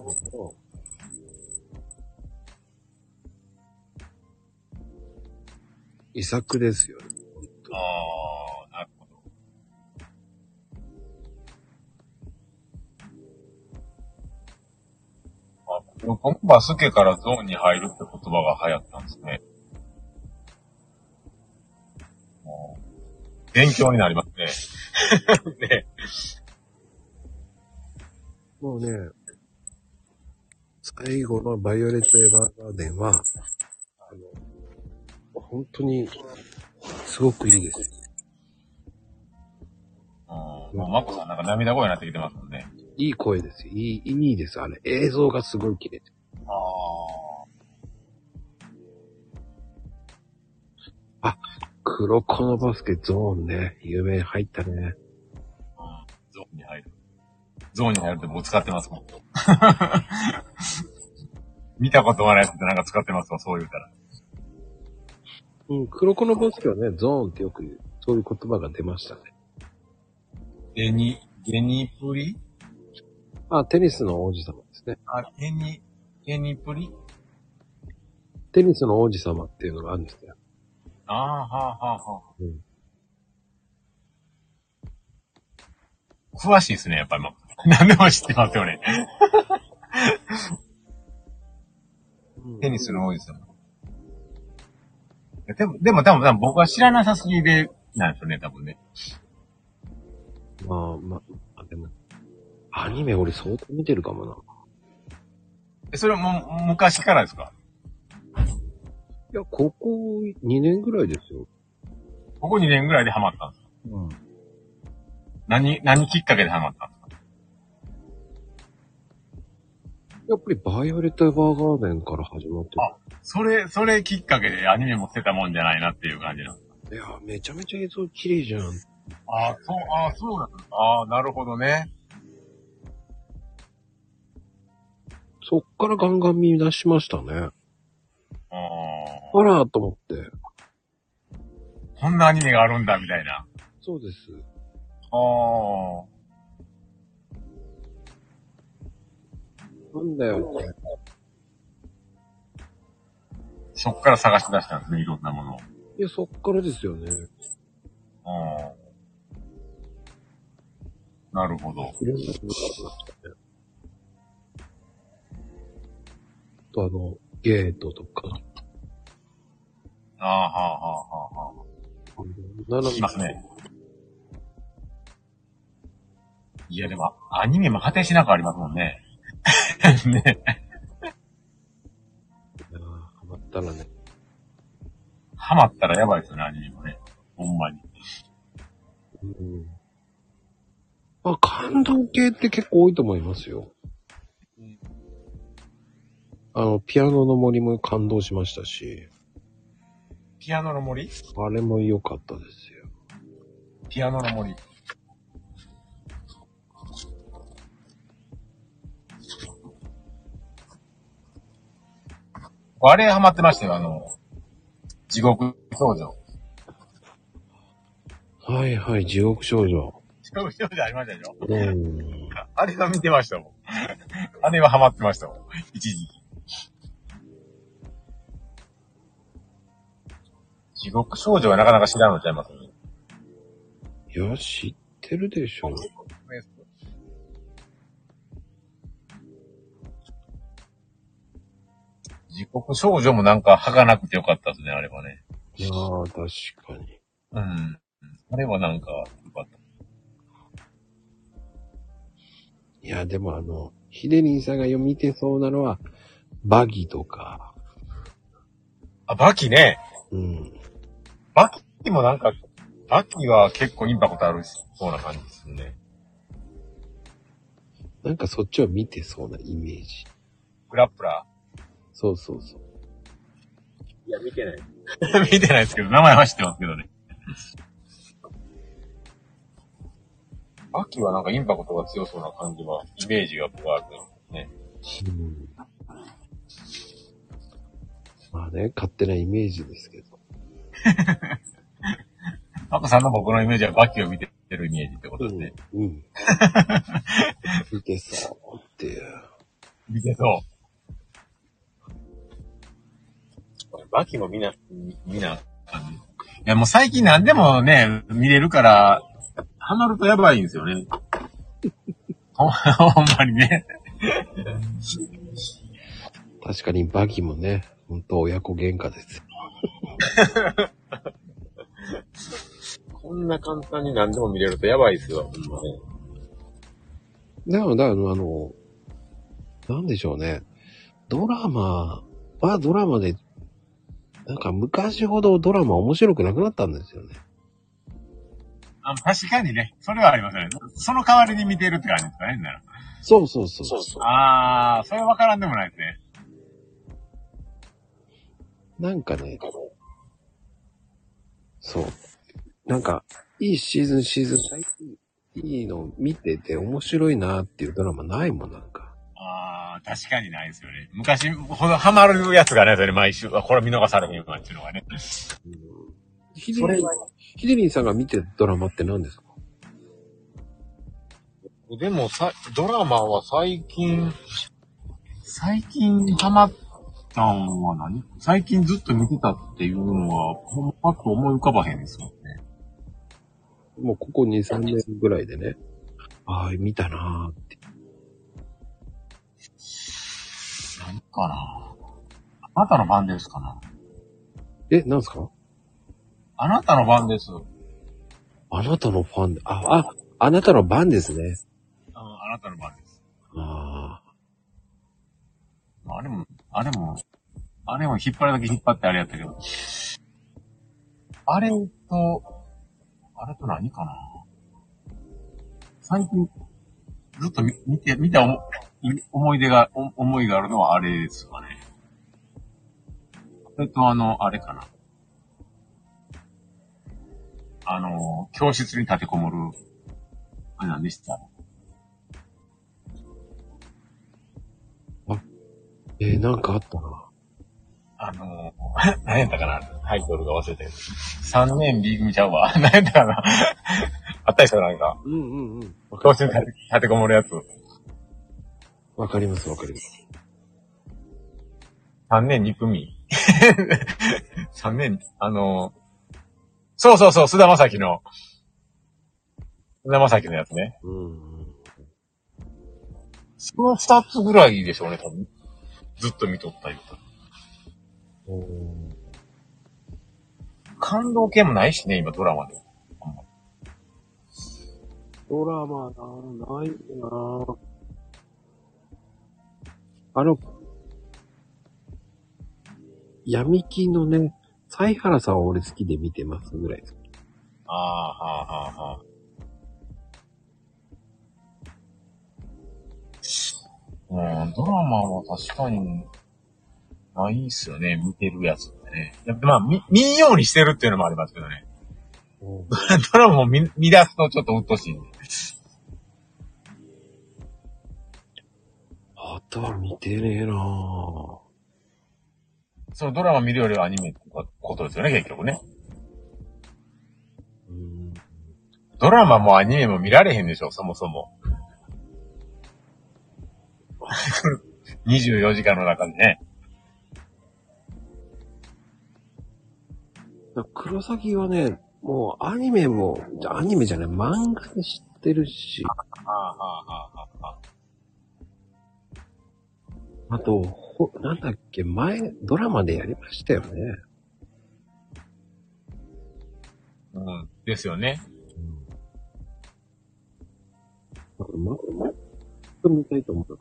遺作ですよね。ああ、なるほど。僕もバスケからゾーンに入るって言葉が流行ったんですね。もう勉強になりますね。ね。もうね、最後のバイオレット・エヴァーガーデンは、あの、本当に、すごくいいです。うん。もうマコさんなんか涙声になってきてますもんね。いい声ですよ。いい、いいです。あれ、映像がすごい綺麗。ああ。黒子のバスケゾーンね、有名入ったね。うんゾーンに入る。ゾーンに入るって僕使ってます *laughs* もん。見たことないやつってなんか使ってますもん、そう言うたら。うん、黒子のバスケはね、ゾーンってよく言う、そういう言葉が出ましたね。デニ、デニプリあ、テニスの王子様ですね。あ、デニ、デニプリテニスの王子様っていうのがあるんですよ。ああ、はあ、はあ、はあ。うん詳しいですね、やっぱりもう。 *laughs* 何でも知ってますよね。テニスの王子様。でも、でも多分多分僕は知らなさすぎで、なんですよね、多分ね。まあ、まあ、でも、アニメ俺相当見てるかもな。えそれも昔からですかいや、ここ2年ぐらいですよ。ここ2年ぐらいでハマったんですかうん。何、何きっかけでハマったんですかやっぱりバイオレット・エヴァーガーデンから始まってそれ、それきっかけでアニメも捨てたもんじゃないなっていう感じなんでする。いや、めちゃめちゃ映像綺麗じゃん。ああ、そう、ああ、そうなんですか。ああ、なるほどね。そっからガンガン見出しましたね。ああ。あら、と思って。こんなアニメがあるんだ、みたいな。そうです。ああ。なんだよ、これ。そっから探し出したんですね、いろんなものを。いや、そっからですよね。ああ。なるほど。いろんなことがありましたね。あと、あの、ゲートとか、ああ、はあ、はあ、はあ、はナナあ。聞きますね。いや、でも、アニメも果てしなくありますもんね。 *laughs* ね。いやーハマったらね。ハマったらやばいですよね、アニメもね。ほんまに。うん。あ、感動系って結構多いと思いますようん。あの、ピアノの森も感動しましたし、ピアノの森あれも良かったですよ。ピアノの森。あれハマってましたよ、あの、地獄少女。はいはい、地獄少女。地獄少女ありましたでしょうん。あれは見てましたもん。あれはハマってましたもん。一時期。地獄少女はなかなか知らんのちゃいますよね。いや、知ってるでしょ。地獄少女もなんか吐かなくてよかったですね、あれはね。いやー、確かに。うん。あれはなんか、よかった。いや、でもあの、ヒデリンさんが読みてそうなのは、バギとか、あ、バキね。うん。バキもなんか、バキは結構インパクトあるし、そうな感じですよね。なんかそっちを見てそうなイメージ。グラップラそうそうそう。いや、見てない。ー *laughs* 見てないですけど、名前は知ってますけどね。バキはなんかインパクトが強そうな感じは、イメージが僕はあるんですね。うん。まあね、勝手なイメージですけど。マコさんの僕のイメージはバキを見てるイメージってことですね。うん。 *laughs* うん。見てそうっていう。見てそう。バキも見な、み見な感じ。いや、もう最近何でもね、見れるから、ハマるとやばいんですよ *laughs* ね。ほんほんまにね。確かにバギーもね、ほんと親子喧嘩ですよ。こんな簡単に何でも見れるとやばいですよ、ほんまね。だから、だからあの、なんでしょうね。ドラマはドラマで、なんか昔ほどドラマ面白くなくなったんですよね。あ確かにね、それはありますよね。その代わりに見てるって感じですかね、なら。そうそうそう。そうそあー、それはわからんでもないですね。うなんかね、そう。なんか、いいシーズンシーズン、最近いいの見てて面白いなっていうドラマないもん、なんか。あー、確かにないですよね。昔ほどハマるやつがね、それ毎週、あこれ見逃されへんわっていうのがね。ひでそれりん、ひでりんさんが見てるドラマって何ですかでもさ、ドラマは最近、最近ハマったんは何最近ずっと見てたっていうのは、ほんまパッと思い浮かばへんですもんね。もうここ2、3年ぐらいでね。ああ、見たなーって。何かなあなたの番ですかなえ、何すかあなたの番です。あなたのファンで、あ、あ、あなたの番ですね。あなたの番です。ああれも、あれも、あれも引っ張るだけ引っ張ってあれやったけど。あれと、あれと何かな最近、ずっと見見て、見た思思い出が、お思いがあるのはあれですかね。それとあの、あれかな。あの、教室に立てこもる、あれなんでしたあ、えーなんかあったな。あの *laughs* ー、何やったかなタイトルが忘れてる。3年 B 組ちゃ *laughs* うわ。何やったかなあったでしょなんか。うんうんうん。わか教室に立て立てこもるやつ。わかりますわかります。 3年2組。3年、あのー、そうそうそう、菅田正樹の。菅田正樹のやつね。うんうん。その2つぐらいでしょうね、多分。ずっと見とった言うたらおー感動系もないしね、今ドラマで。ドラマな、ないな。あの、闇金のね、西原さんは俺好きで見てますぐらいです。ああ、はあ、はあ、はあ。うん、ドラマは確かに、ないっすよね、見てるやつってね。やっぱまあ、見、見んようにしてるっていうのもありますけどね。 *laughs* ドラマを見、見出すとちょっと鬱陶しい。あとは見てねえなそのドラマ見るよりはアニメってことですよね、結局ね。うん。ドラマもアニメも見られへんでしょ、そもそも。24時間の中でね。だから黒崎はね、もうアニメも、じゃアニメじゃない、漫画で知ってるし、はあ、はあ、はあ、はあ。あと、ほなんだっけ、前、ドラマでやりましたよね。うん。ですよね。だから、ま、ま、ちょっと見たいと思ったか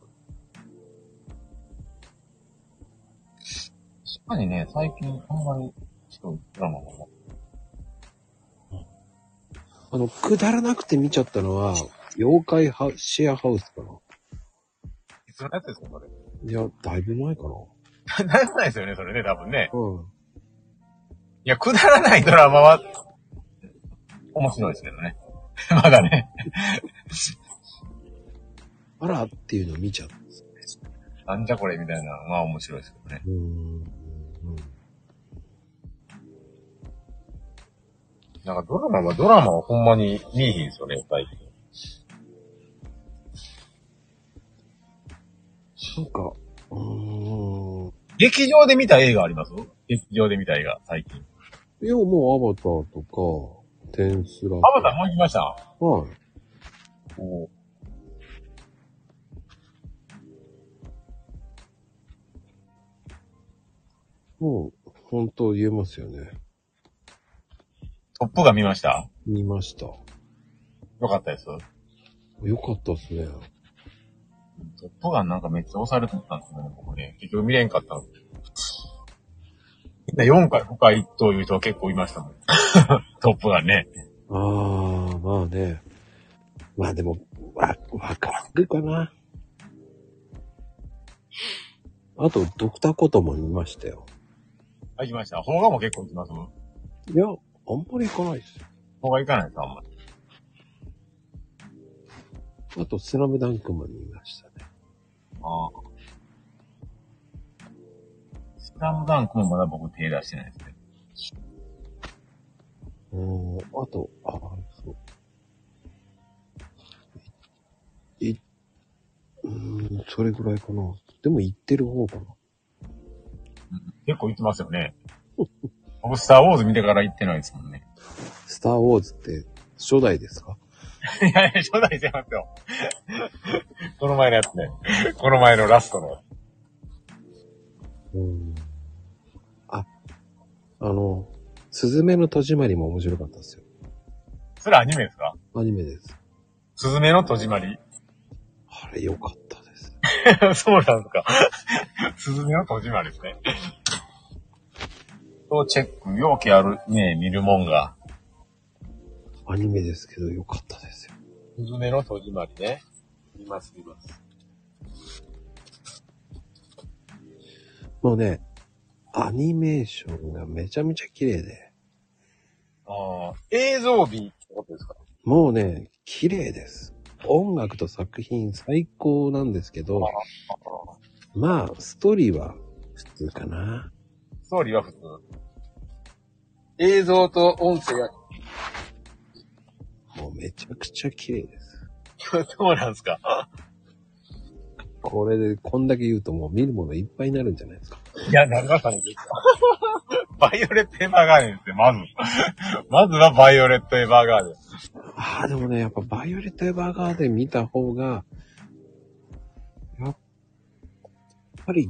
確かにね、最近あんまり、ちょっとドラマも。ら。あの、くだらなくて見ちゃったのは、妖怪ハシェアハウスかな。いつのやつですか、それ。いや、だいぶ前かな。 *laughs* ならないですよね、それね、多分ね。うん。いや、くだらないドラマは、面白いですけどね。 *laughs* まだね。あらっていうの見ちゃった。なんじゃこれみたいなのは面白いですけどね。うーん。なんかドラマはドラマはほんまに見えへんですよね、最近。なんか、うーん。劇場で見た映画あります劇場で見た映画、最近。いや、もうアバターとか、テンスラとか。アバターもう行きましたはい。おもう、本当言えますよね。トップが見ました見ました。よかったです。トよかったですね。ップがなんかめっちゃ押されてたんですよね、僕ね。結局見れんかったの。みんな4回、5回という人は結構いましたもん。 *laughs* トップがね。ああ、まあね。まあでも、わ、わかるかな。あと、ドクターコトーも見ましたよ。あ、行きました。邦画も結構行きます邦いや、あんまり行かないですよ。画行かないですか、あんまり。あと、スラムダンクも見ましたね。ああ。スラムダンクもまだ僕手出してないですね。うーん、あと、あ、そう。い、うーん、それぐらいかな。でも行ってる方かな。結構行ってますよね。僕、スターウォーズ見てから行ってないですもんね。 *laughs* スターウォーズって、初代ですかいやいや、初代ちゃいますよ。 *laughs* この前のやつね。この前のラストの。うん。あ、あの、すずめの戸締まりも面白かったですよ。それアニメですかアニメです。すずめの戸締まり。あれ良かったです。 *laughs* そうなんですか。すずめの戸締まりですね。とチェック、容器あるね、見るもんが。アニメですけど良かったですよ。すずめの戸締まりね。見ます、見ます。もうね、アニメーションがめちゃめちゃ綺麗で、ああ、映像美ってことですかもうね、綺麗です。音楽と作品最高なんですけど、まあ、ストーリーは普通かな。ストーリーは普通。映像と音声が、もうめちゃくちゃ綺麗です。 *laughs* そうなんですか。これで、こんだけ言うともう見るものいっぱいになるんじゃないですか。いや、長さにですか。 *laughs* バイオレットエヴァーガーデンですよ、まず。 *laughs* まずはバイオレットエヴァーガーデン。ああ、でもね、やっぱバイオレット・エヴァーガーデン見た方が、やっぱり、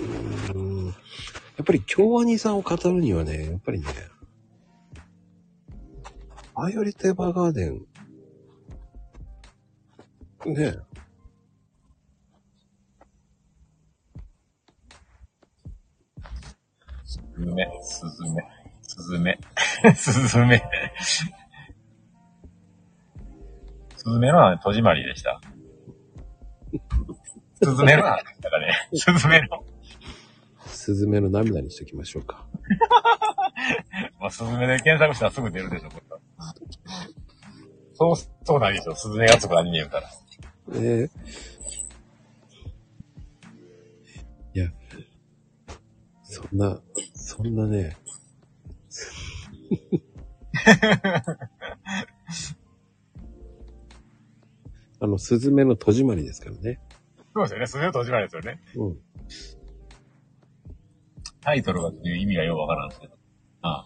うーん、やっぱり京アニさんを語るにはね、やっぱりね、バイオレット・エヴァーガーデン、ねえ。スズメ、スズメ、スズメ、 *laughs* スズメ。スズメの戸締まりでした。スズメのなんですかね。スズメの。スズメの涙にしときましょうか。まあ、スズメで検索したらすぐ出るでしょ、これはそう、そうなんですよ。スズメがつくアニメ言うたら。ええいや、そんな、そんなね、 *laughs* あの、スズメの戸締まりですからね。そうですよね。スズメの戸締まりですよね。うん。タイトルがっていう意味がようわからんですけど。ああ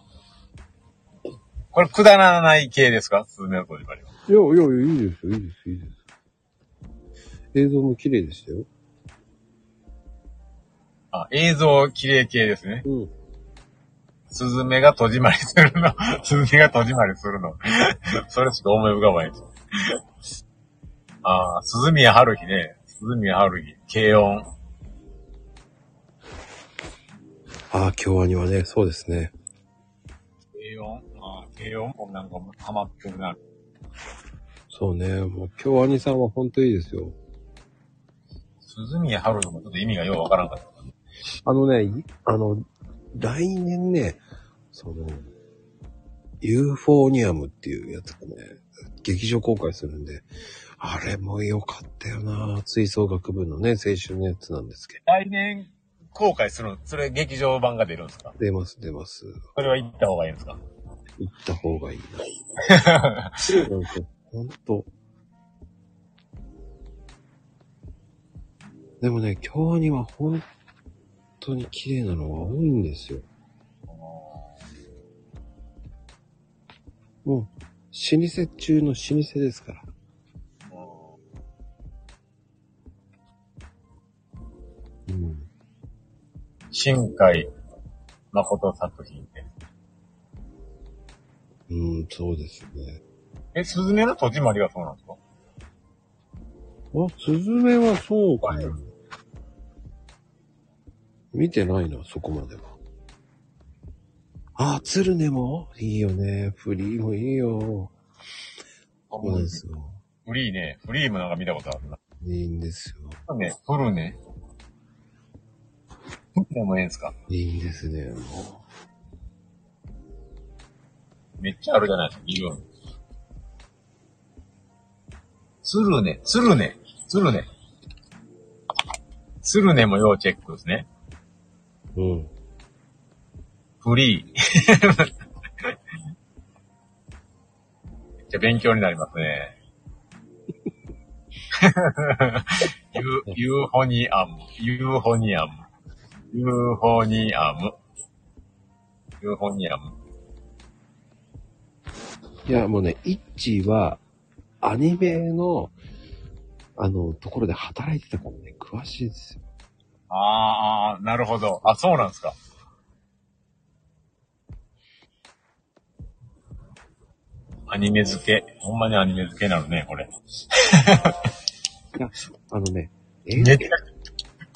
これ、くだらない系ですかスズメの戸締まりは。いや、いや、いやいいですよ、いいですよ、いいですよ。映像も綺麗でしたよ。あ、映像綺麗系ですね。うん。スズメが戸締まりするの。 *laughs* スズメが戸締まりするの。 *laughs* それしか思い浮かばないです。ああ、鈴宮春日ね。鈴宮春日。軽音。ああ、京アニはね、そうですね。軽音ああ、軽音もなんかもうハマってるな。そうね。もう京アニさんは本当いいですよ。鈴宮春日もちょっと意味がようわからんかった。あのね、いあの、来年ね、その、ユーフォーニアムっていうやつがね、劇場公開するんで、あれも良かったよな吹奏楽部のね、青春のやつなんですけど。来年公開するのそれ劇場版が出るんですか出ます、出ます。それは行った方がいいんですか行った方がいいな。そうなんですよ。ほんと。でもね、今日には本当に綺麗なのが多いんですよ。もう、老舗中の老舗ですから。うん。新海誠作品って。うん、そうですね。え、すずめの戸締まりはそうなんですかあ、スズメはそうかな。見てないな、そこまでは。あ、鶴ねもいいよね。フリーもいいよ。そうですよ。フリーね。フリーもなんか見たことあるな。いいんですよ。ね、フルね。フルでもええんすかいいんですね。もめっちゃあるじゃないですか、色。鶴ね、鶴ね、鶴ね。鶴ねも要チェックですね。ううん。フリー。 *laughs* めっちゃ勉強になりますね。 *laughs* ユーユーフォニアム、ユーフォニアム、ユーフォニアム、ユーフォニアム。いや、もうね、イッチーは、アニメの、あの、ところで働いてたからね、詳しいですよ。ああ、なるほど。あ、そうなんですか。アニメ付け。ほんまにアニメ付けなのね、これ。あのね、えめっちゃ、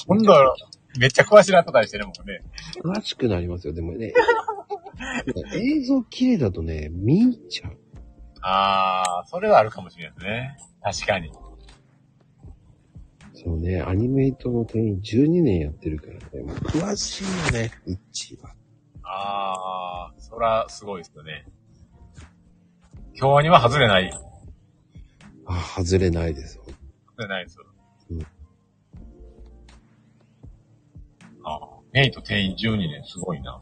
今度は、めっちゃ詳しいなったりしてね、僕ね。詳しくなりますよ。でもね、 *laughs* 映像綺麗だとね、見入っちゃう。ああ、それはあるかもしれないですね。確かに。そうね、アニメイトの店員12年やってるからね、もう詳しいよね、イッチーは。ああ、そら、すごいですよね。今日には外れない。外あ、外れないです。れないです。うんああ、メイと店員12年、すごいな。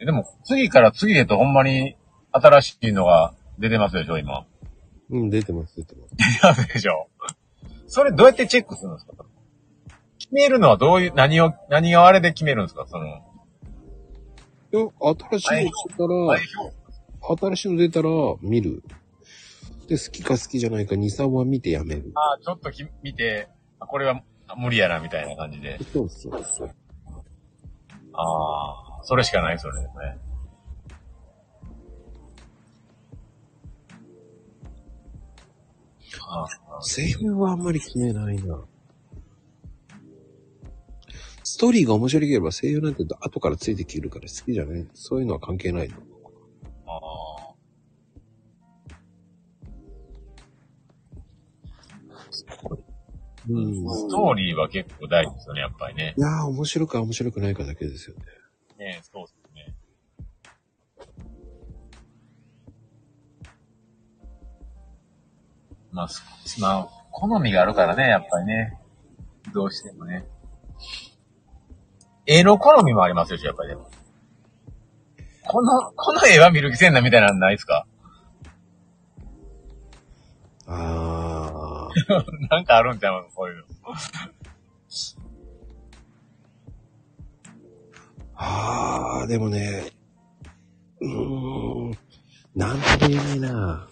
えでも、次から次へとほんまに新しいのが出てますでしょ、今。うん、出てます、出てます。でしょ。それどうやってチェックするんですか決めるのはどういう、何を、何をあれで決めるんですかその、いや、新しいの出たら、新しいの出たら見る。で、好きか好きじゃないか2、3話見てやめる。ああ、ちょっとき見て、あこれは無理やな、みたいな感じで。そうそうそう。ああ、それしかない、それですね。ああ声優はあんまり決めないな。ストーリーが面白ければ声優なんて後からついてきるから好きじゃないそういうのは関係ないの。ああ。うん。スいトーリーは結構大事ですよね、やっぱりね。やー、面白か面白くないかだけですよね。ねそうですね。まあ、すまあ、好みがあるからね、やっぱりね。どうしてもね。絵の好みもありますよ、やっぱりでも。この、この絵は見る気せんなみたいなのないですか *laughs* あなんかあるんちゃうのそういうの。ー。あー、でもね、うーん、なんとも言えないな。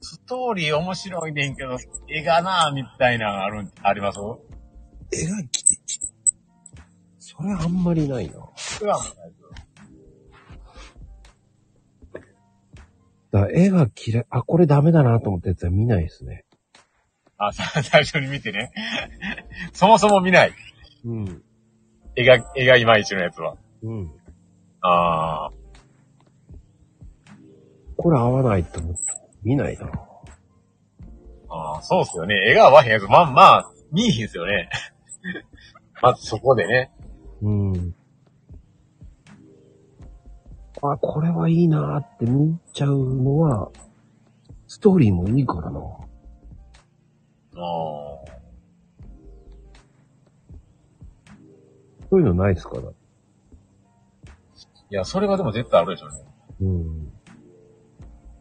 ストーリー面白いねんけど、絵がなぁ、みたいなのあるん、あります描き、それあんまりないな。それはもうないですよだから絵が嫌い、あ、これダメだなと思ったやつは見ないですね。あ、さ最初に見てね。 *laughs* そもそも見ない。うん。絵が、絵がいまいちのやつは。うん。ああ。これ合わないと思って見ないな。ああ、そうっすよね。絵が合わへんやつ、まあまあ、見えへんっすよね。 *laughs* まずそこでね。うん。あ、これはいいなーって見ちゃうのは、ストーリーもいいからな。ああ。そういうのないですから。いや、それはでも絶対あるでしょうね。うん。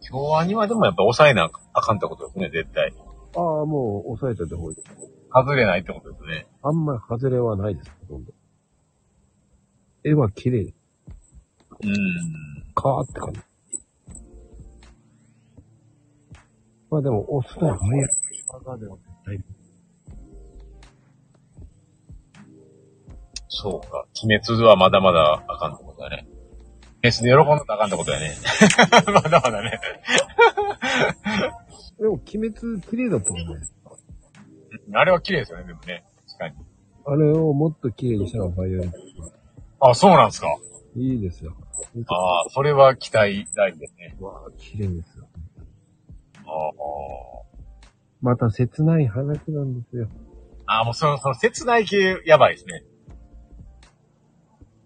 今日はにはでもやっぱ抑えなあかんってことですね、絶対。ああ、もう抑えといた方がいいです。外れないってことですね。あんまり外れはないです、ほとんど。絵は綺麗うん。かーって感じ。まあでも、押すのは早い。バカでは絶対。そうか。鬼滅はまだまだあかんってことだね。鬼滅で喜んだらあかんってことだね。 *laughs* まだまだね。でも、鬼滅綺麗だったもんね。あれは綺麗ですよね、でもね。確かに。あれをもっと綺麗にしたらバイオリン。あ、そうなんですか。いいですよ。ああ、それは期待大ですね。わあ、綺麗ですよ。あーまた切ない話なんですよ。あー、もうその、その、切ない系、やばいですね。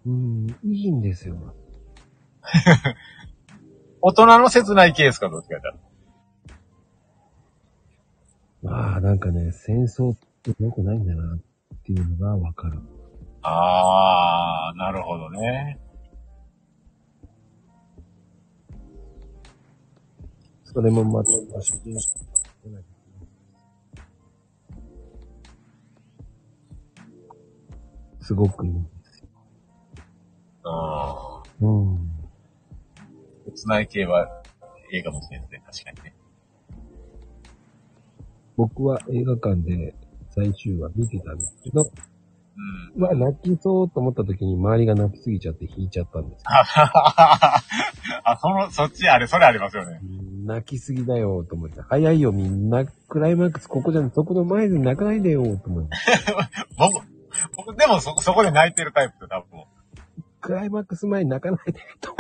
うん、いいんですよ。大人の切ない系ですか、どっちかって言ったああ、なんかね、戦争って良くないんだなっていうのがわかる。ら。ああ、なるほどね。それもまた主人すごくいいんですよ。ううん。ん。切ない系は、いいかもしれないですね。確かにね。僕は映画館で最終話見てたんですけど、うん。 *laughs* まあ泣きそうと思った時に周りが泣きすぎちゃって引いちゃったんですよ。あ、その、そっち、あれ、それありますよね。うん泣きすぎだよと思って、早いよみんな、クライマックスここじゃん、そこの前で泣かないでよと思って、僕、僕、でもそ、そこで泣いてるタイプって多分。クライマックス前に泣かないで *laughs* と。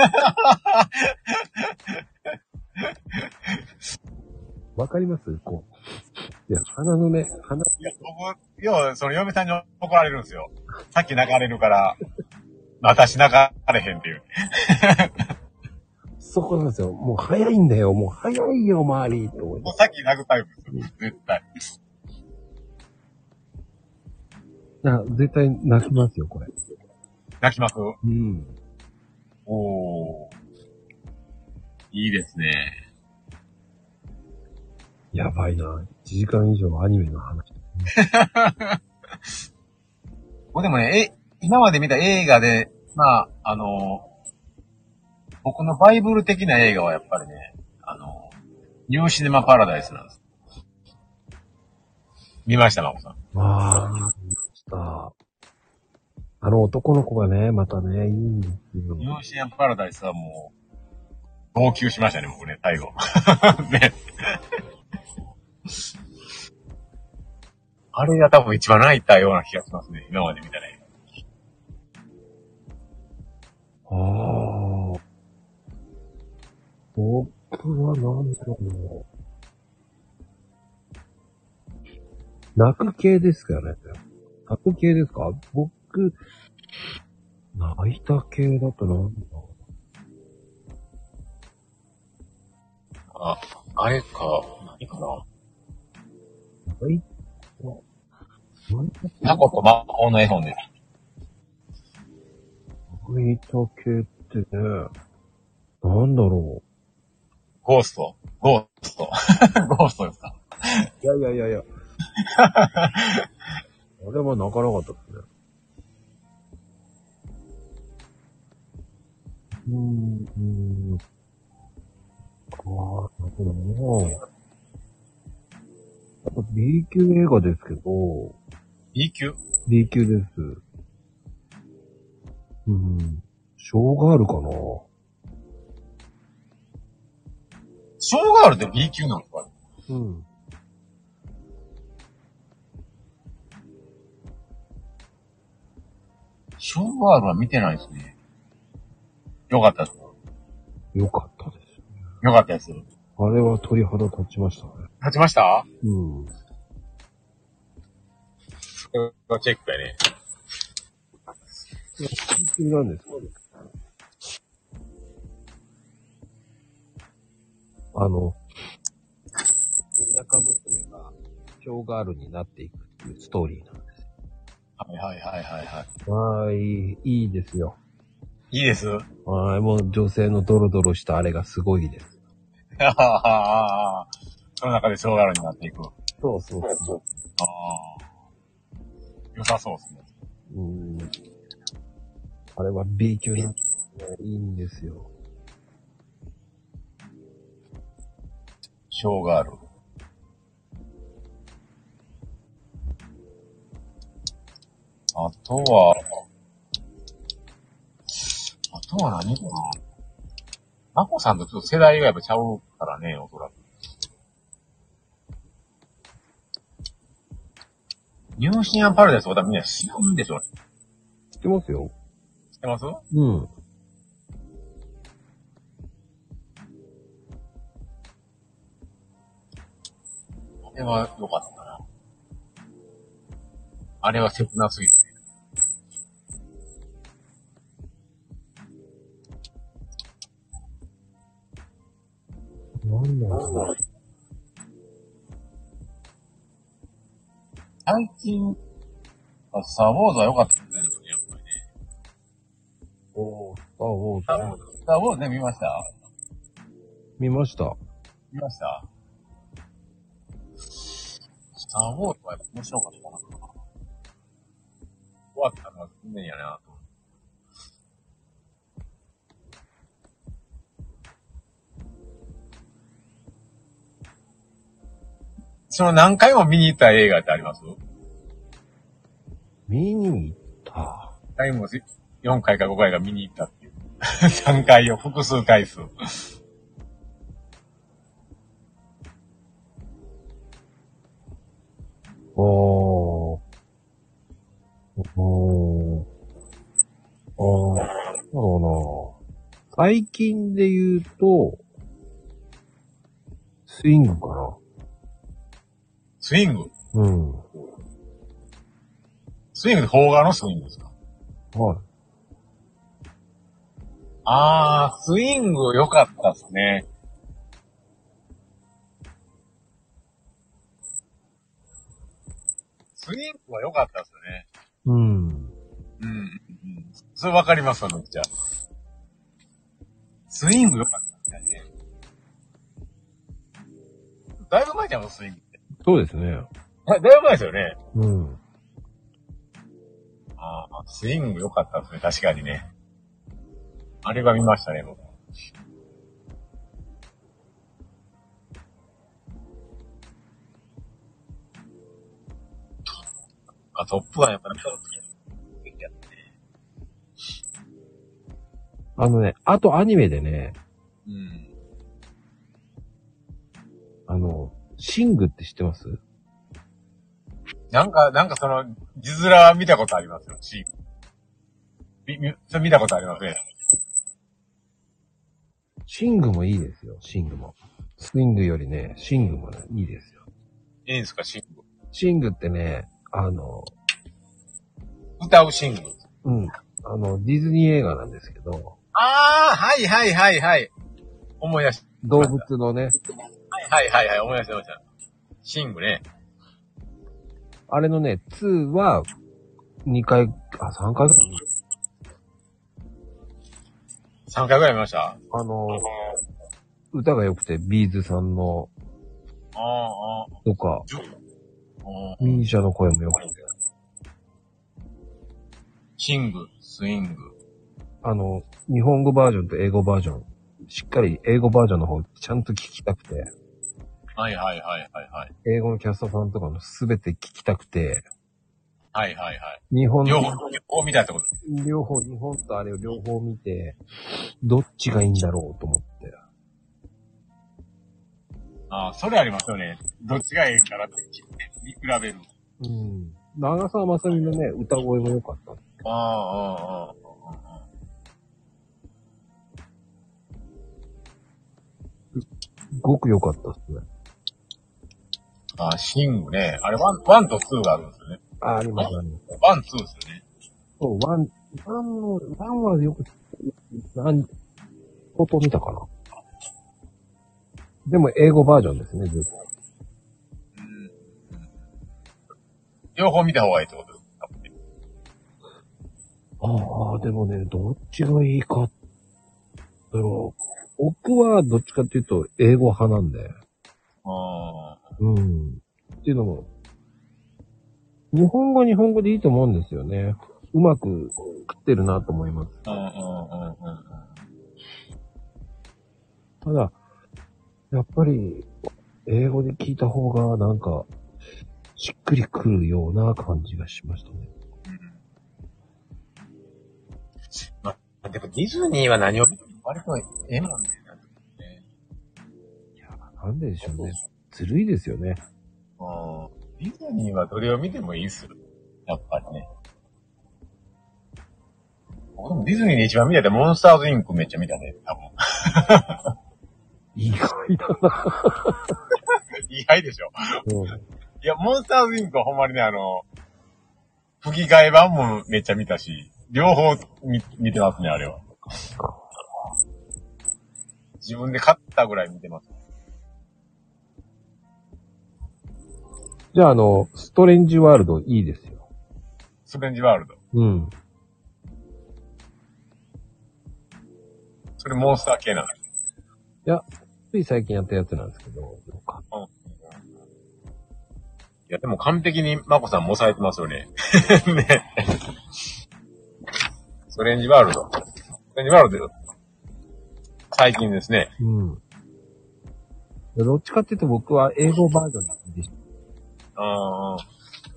わかりますこう。いや、鼻のね、鼻、いや、僕、要は、その、嫁さんに怒られるんですよ。さっき泣かれるから、私泣かれへんっていう。そこなんですよ。もう早いんだよ。もう早いよ、周り。と思いもまうす。さっき泣くタイプですよ。絶対。あ絶対泣きますよ、これ。泣きますうん。おー。いいですね。やばいな。1時間以上アニメの話。僕でもね、え、今まで見た映画で、まあ、あの、僕のバイブル的な映画はやっぱりね、あの、ニューシネマパラダイスなんです。見ました、マコさん。わあ、見ました。あの男の子がね、またね、いいんですよ。ニューシネマパラダイスはもう、号泣しましたね、僕ね、最後。 *laughs* ね。あれが多分一番泣いたような気がしますね、今まで見たね。ああ。僕はなんだろう。泣く系ですかね。泣く系ですか僕、泣いた系だとなんだろうあ、あれか、何かな。泣いた、泣いたタコと魔法の絵本です。泣いた系ってね、なんだろゴースト。ゴースト。 *laughs* ゴーストですか。う。いやいやいや *laughs* いや。あれは泣かなかったですね。うーん、うーん。ああ、なるほどね。やっぱ B 級映画ですけど、 B 級 B 級です。うん。小があるかなショーガールって B 級なのかうん。ショーガールは見てないですね。よかったです。よかったです。よかったです。立あれは鳥肌立ちましたね。ちましたうん。チェックだね。 B 級なんですかあの、田舎娘が、小ガールになっていくっていうストーリーなんではいはいはいはいはす。はーい、いいですよ。い。いいです。 *laughs* はーい、もう女性のドロドロしたあれがすごいです。ああああああその中でショーガールになっていく。あそうそうそあ。良さそうですね。う。うん。あれは B 級なんですね。いいんですよ。ショーガール。あとは、人は何かなマコさんとちょっと世代がやっぱちゃうからね、おそらく。ニューシアンパラダイスは多分みんな知らんでしょうね。知ってますよ。知ってますあうん。れは良かったな。あれは切なすぎたね。なんだろ最近、あスターウォーズは良かったですね、やっぱりね。う。おー、あ、おー、スターウォーズね、見ました見ました。見ましたスターウォーズはやっぱ面白かったな。終わったのは残念やなと思って。その何回も見に行った映画ってあります見に行った。何回も4回か5回か見に行ったっていう。3回を複数回数。おー。おー。あー、なんだろうな。最近で言うと、スイングかスイングな。うん。スイングって邦画のスイングですかはい。あー、スイング良かったっすね。スイングは良かったっすね。うん。うんうん。うんそれわかりますわ、めっちゃ。スイング良かったっすね。だいぶ前じゃん、スイングって。そうですね。だいぶ前ですよね。うん。ああ、スイング良かったですね、確かにね。あれは見ましたね、僕。あ、トップガンやっぱり見たことないあのね、あとアニメでね、うん。あの、シングって知ってますなんか、なんかその、字面は見たことありますよ、シーンみ、み、それ見たことありますね。シングもいいですよ、シングも。スイングよりね、シングもね、いいですよ。いいんですか、シング。シングってね、あの、歌うシング。うん、あの、ディズニー映画なんですけど、ああ、はいはいはいはい。思い出し、動物のね、はいはいはい、思い出しました。シングね。あれのね、2は、2回、あ、3回ぐらい3回ぐらい見ましたあの、歌が良くて、ビーズさんの、ああ、とか、ああ。ミニシャの声も良くて、シング、スイング。あの、日本語バージョンと英語バージョン、しっかり英語バージョンの方、ちゃんと聞きたくて、はいはいはいはいはい。英語のキャストさんとかのすべて聞きたくて、はいはいはい。日本両の、方、両方見たってことです。両方、日本とあれを両方見て、どっちがいいんだろうと思って。ああ、それありますよね。どっちがいいからって聞いて、見比べる。うん。長澤まさみのね、歌声も良かった。ああ、ああ、ああ。すごく良かったっすね。ああ、シングね。あれ、ワン、ワンとツーがあるんですよね。あ、あります、あります。ワン、ツーですよね。そう、ワン、ワンの、ワンはよく、なん、こと見たかな。でも、英語バージョンですね、ずっと。うん。両方見た方がいいってことです。ああ、でもね、どっちがいいか、だろう。僕はどっちかっていうと、英語派なんで。ああ。うん。っていうのも、日本語は日本語でいいと思うんですよね。うまく食ってるなと思います。うんうんうんうんうん。ただ、やっぱり、英語で聞いた方が、なんか、しっくりくるような感じがしましたね。まあ、でもディズニーは何を見ても割とええもんね。いや、なんででしょうね。ずるいですよね。うん。ディズニーはどれを見てもいいっすよ。やっぱりね。僕もディズニーで一番見てたモンスターズインクめっちゃ見たね、多分。意外だな。意外でしょ。いや、モンスターズインクはほんまにね、あの、吹き替え版もめっちゃ見たし、両方見見てますね、あれは。自分で買ったぐらい見てます。じゃあ、あの、ストレンジワールドいいですよ。ストレンジワールド。うん。それモンスター系なの。つい最近やったやつなんですけど、よかっいや、でも完璧にマコさんも抑えてますよね。ね。ストレンジワールド。ストレンジワールド。最近ですね。た。うん。どっちかっていうと僕は英語バージョンでした。うん。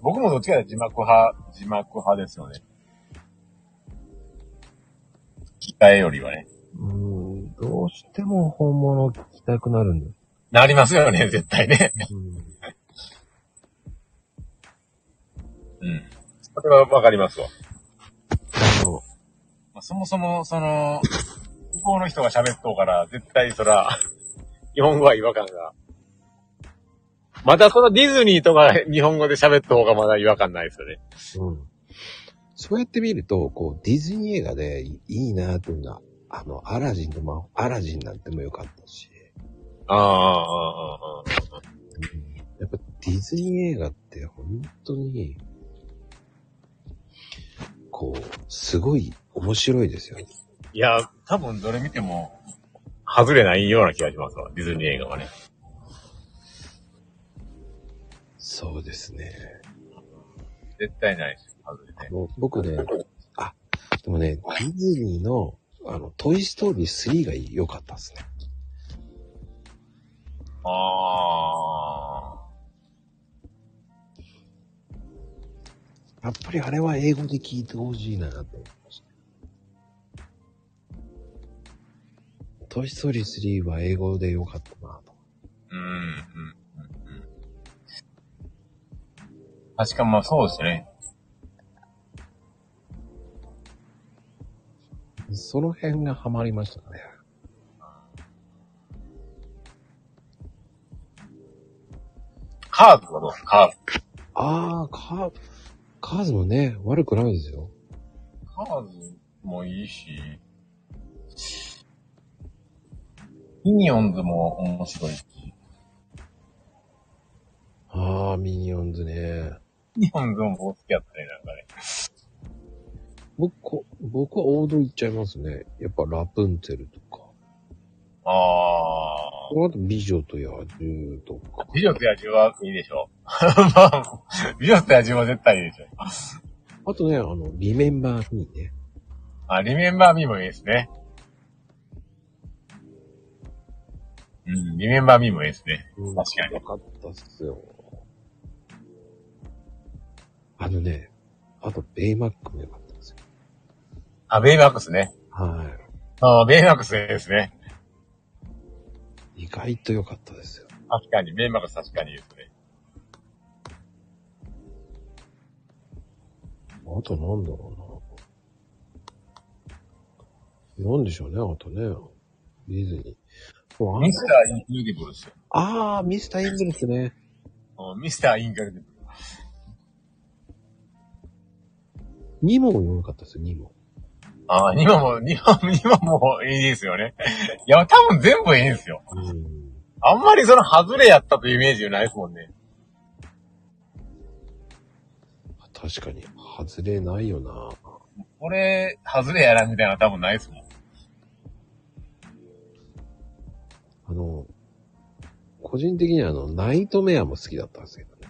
僕もどっちかというと字幕派、字幕派ですよね。機械よりはね。うん、どうしても本物を聞きたくなるんです。なりますよね、絶対ね。うんうん。それはわかりますわ。あの、まあそもそも、その、向こうの人が喋っとうから、絶対そら、日本語は違和感が。またそのディズニーとか日本語で喋った方がまだ違和感ないですよね。うん。そうやって見ると、こう、ディズニー映画でいいいなぁというのは、あの、アラジンの魔法、アラジンなんても良かったし、ああ、ああ、あやっぱディズニー映画って本当に、こう、すごい面白いですよね。あ。いや、多分どれ見ても、外れないような気がしますわ、ディズニー映画はね。そうですね。絶対ないです。外れない。もう僕ね、あ、でもね、ディズニーの、あの、トイストーリー3が良かったですね。ああ。やっぱりあれは英語で聞いてほしいなと思いました。トイストーリー3は英語で良かったなと。うん、うん、うん。うん確かまあそうですね。その辺がハマりましたね。カーズはどうカーズ。ああ、カー、カーズもね、悪くないですよ。カーズもいいし、ミニオンズも面白いし、ああ、ミニオンズね。ミニオンズも好きやったりなんかね。僕、こ僕は王道行っちゃいますね。やっぱラプンツェルとか。あこの後美女と野獣とかー。。美女と野獣はいいでしょ。 *laughs* まあ、美女と野獣は絶対いいでしょ。あとね、あの、リメンバーミーね。あ、リメンバーミーもいいですね。うん、リメンバーミーもいいですね。うん確かによかったっすよ。あのね、あとベイマックもよかったですよ。あ、ベイマックスね。はあーベイマックスですね。い。意外と良かったですよ。確かに、ベイマックス確かにいいですね。あとなんだろうな。なんでしょうね、あとね。ディズニー。もうあんミスター・インクレディブルですよ。あー、ミスターイングルスね。うんミスター・インクレディブル。 2問も良かったですよ、2問。ああ、今も、今も、今もいいですよね。いや、多分全部いいんですよ。うん。あんまりその外れやったというイメージないですもんね。確かに、外れないよな。これ、外れやらみたいな多分ないですもん。あの、個人的にはあの、ナイトメアも好きだったんですけどね。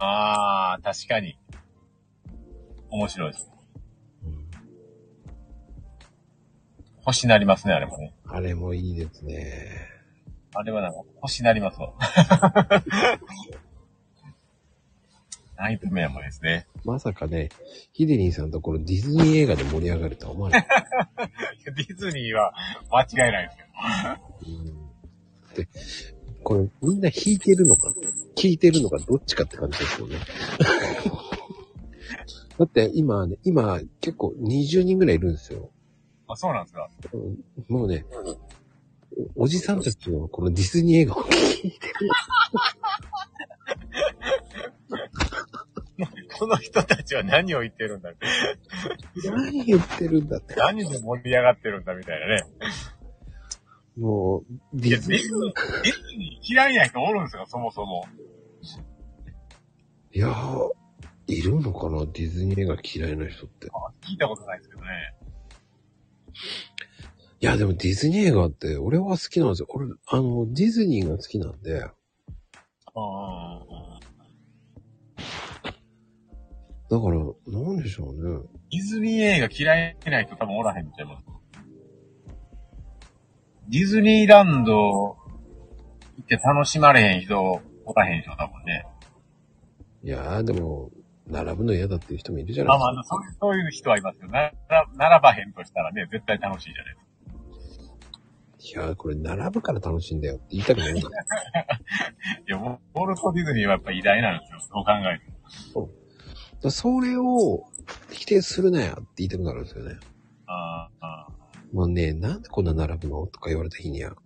ああ、確かに。面白いです。うん星なりますね、あれもね。あれもいいですね。あれはなんか、星なり *laughs* ますわ。ナイトメアもですね。まさかね、ヒデリンさんのところディズニー映画で盛り上がるとは思わない。ディズニーは間違いないですよ。うん、で、これみんな弾いてるのか、聞いてるのかどっちかって感じですよね。だって今ね、今結構20人ぐらいいるんですよ。あ、そうなんですか。もうね、おじさんたちのこのディズニー映画を聞いてる。この人たちは何を言ってるんだ何言ってるんだって。何で盛り上がってるんだみたいなね。もう、デいや、ィディズズニニー。ー、ディズニー嫌いな人おるんですか、そもそも。いやー、いるのかなディズニー映画嫌いな人って。聞いたことないですけどね。いや、でもディズニー映画って、俺は好きなんですよ。俺、あの、ディズニーが好きなんで、ああ。だから、なんでしょうね。ディズニー映画嫌いな人多分おらへんちゃいます。ディズニーランド行って楽しまれへん人おらへん人多分ね。いやー、でも、並ぶの嫌だっていう人もいるじゃなまいあでまあ、そういうそういう人はいますけど、なら並ばへんとしたらね、絶対楽しいじゃないですか。すか。いやー、これ、並ぶから楽しいんだよって言いたくないんだ。いや、ウォウォルト・ディズニーはやっぱ偉大なんですよ。そう考える *laughs* だそれを否定するなよって言いたくなるんですよね。と。あーあもうね、なんでこんな並ぶのとか言われた日には。ー。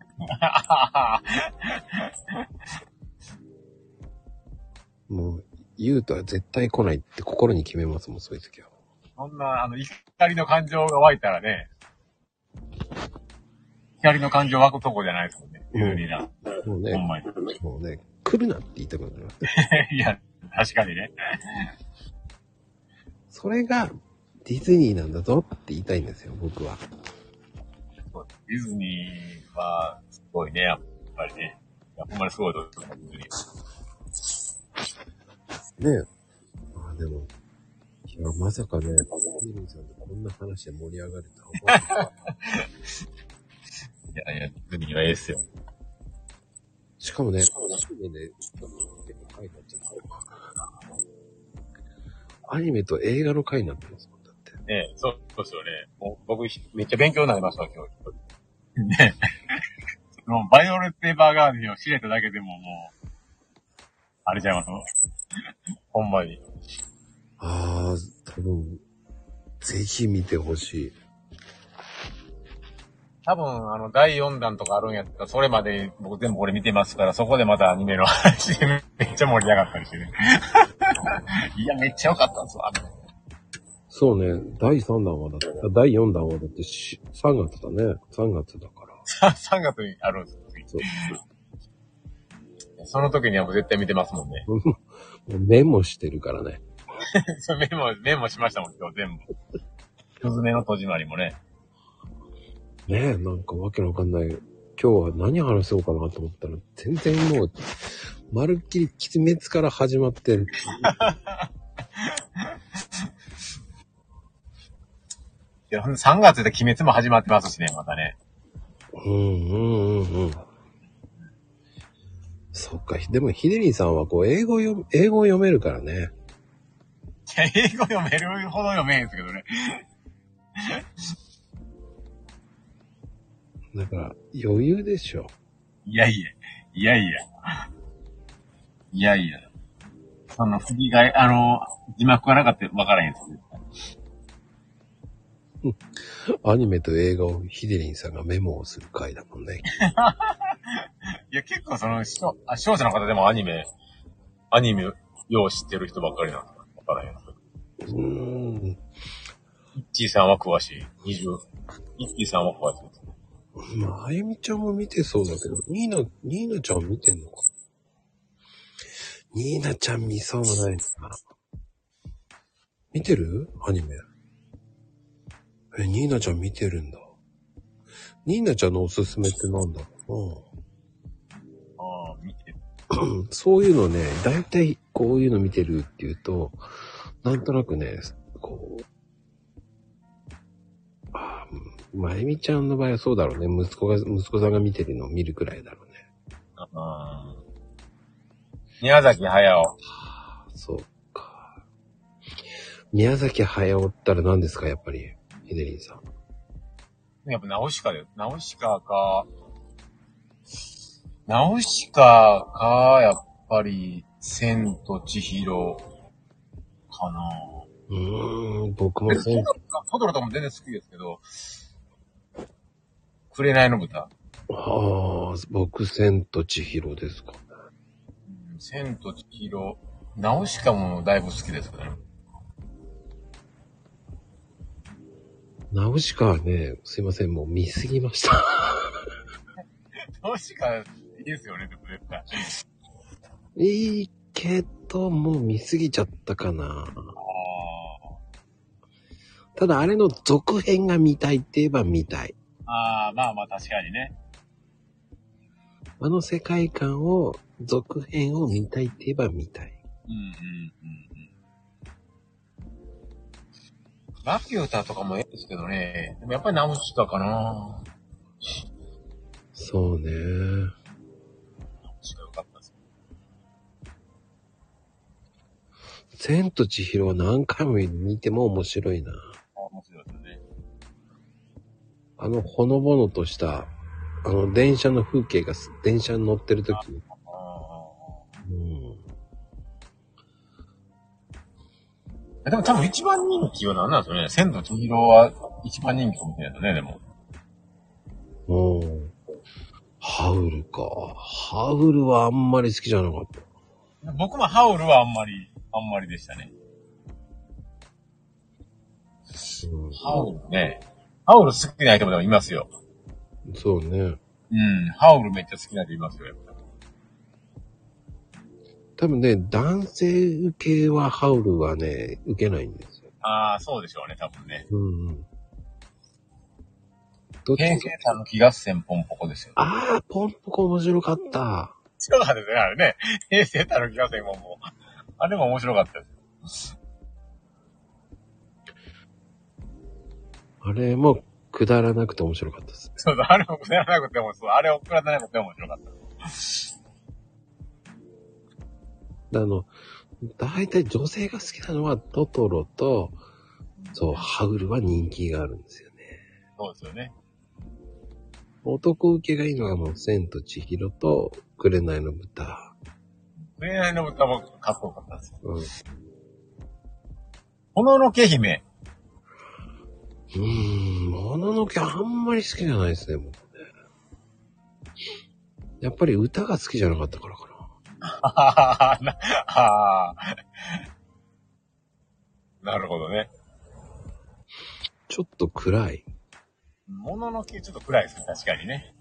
もう、言うとは絶対来ないって心に決めますもん、そういう時は。そんな、あの、怒りの感情が湧いたらね、怒りの感情湧くとこじゃないですもんね。ディズニーランもうド。ほんね、まに。 *laughs* もうね、来るなって言いたくなります。いや、確かにね。それがディズニーなんだぞって言いたいんですよ、僕は。ディズニーは、すごいね、やっぱりね。いやほんまにすごいと思うディズニーねえ。ああ、でも、いや、まさかね、ディズニーさんとこんな話で盛り上がるとは思わない。いやいや、ディズニーはええっすよ。しかもね、アニメで、結構書いてあっちゃった。アニメと映画の回になってますもん、だって。ねそう、そうですよね。もう僕、めっちゃ勉強になりました、今日。ね *laughs* もう、バイオレット・エヴァーガーディンを知れただけでももう、あれちゃいます *laughs* ほんまに。ああ、多分、ぜひ見てほしい。多分、あの、第4弾とかあるんやったら、それまで僕全部これ見てますから、そこでまたアニメの話でめっちゃ盛り上がったりしてね。 *laughs* いや、めっちゃ良かったんですわ。そうね、第3弾はだって、あ第4弾はだってし3月だね。3月だから。 *laughs* 3月にあるんですよ。そう。その時にはもう絶対見てますもんね。 *laughs* メモしてるからね。そうメモ、メモしましたもん、今日全部。一つ目の戸締まりもね。ねえ、なんかわけのわかんない。今日は何話そうかなと思ったら、全然もう、まるっきりきつめつから始まってる。いや、ほんで3月で鬼滅も始まってますしね、またね。うんうんうんうん。そっか、でもヒデリンさんはこう、英語読、英語を読めるからね。いや、英語読めるほど読めへんですけどね。だから、余裕でしょ。いやいや、いやいや。いやいや。その、吹き替え、あの、字幕がなかったら分からへんですね。アニメと映画をヒデリンさんがメモをする回だもんね。いや、結構その、視聴あ視聴者の方でもアニメ、アニメ、よう知ってる人ばっかりなんで、分からへん。うーん。イッキーさんは詳しい。二十。イッキーさんは詳しい。まあ、あゆみちゃんも見てそうだけど、ニーナ、ニーナちゃん見てんのか。ニーナちゃん見そうもないな。見てるアニメ。え、ニーナちゃん見てるんだ。ニーナちゃんのおすすめってなんだろああ、見てる。うな。うんそういうのね、だいたいこういうの見てるっていうと、なんとなくね、こう、ああ、うんまゆみちゃんの場合はそうだろうね。息子が、息子さんが見てるのを見るくらいだろうね。あー宮崎駿。そうか。宮崎駿ったら何ですか、やっぱり。ひでりんさん。やっぱナウシカだよ。ナウシカか、ナウシカか、やっぱり、千と千尋かなうーん、僕もでト全トロトトロとかも全然好きですけど、紅の豚。ああ、僕、千と千尋ですか。うん千と千尋、ナウシカもだいぶ好きですけどね。ナウシカはね、すいません、もう見すぎました。 *laughs* ナウシカ、いいですよね、でも絶対。いいけど、もう見すぎちゃったかな。あただ、あれの続編が見たいって言えば見たい。あー、まあまあ確かにね。あの世界観を、続編を見たいって言えば見たい。うんうんうんうん。ラピュタとかもええですけどね。でもやっぱりナウシカかなそうね。ナウシカ良かったです。千と千尋は何回も見ても面白いな。あ面白いですよね。あの、ほのぼのとした、あの、電車の風景がす、電車に乗ってる時にあーうん。えでも多分一番人気は何なんですよね。千と千尋は一番人気かもしれないですね、でも。もう、ハウルか。ハウルはあんまり好きじゃなかった。僕もハウルはあんまり、あんまりでしたね。うハウルね。ハウル好きな人もでもいますよ。ん。そうね。うん。ハウルめっちゃ好きな人いますよ、やっぱ。多分ね、男性受けはハウルはね、受けないんですよ。ああ、そうでしょうね、多分ね。うんうん。どっち平成さんの気合戦ポンポコですよね。ああ、ポンポコ面白かった。そうなんですね、あれね。平成たる気合戦ももう。あれも面白かったです。あれもくだらなくて面白かったです。そうそう、あれもくだらなくても、そう、あれをくだらなくても面白かった。あの、大体女性が好きなのはトトロと、そう、ハウルは人気があるんですよね。そうですよね。男受けがいいのはもう、千と千尋と、紅の豚。恋愛の歌もかっこよかったですよ。うん。うもののけ姫。ーん、もののけあんまり好きじゃないですね、もうね。やっぱり歌が好きじゃなかったからかな。はははなあーなるほどね。ちょっと暗い。もののけちょっと暗いですね、確かにね。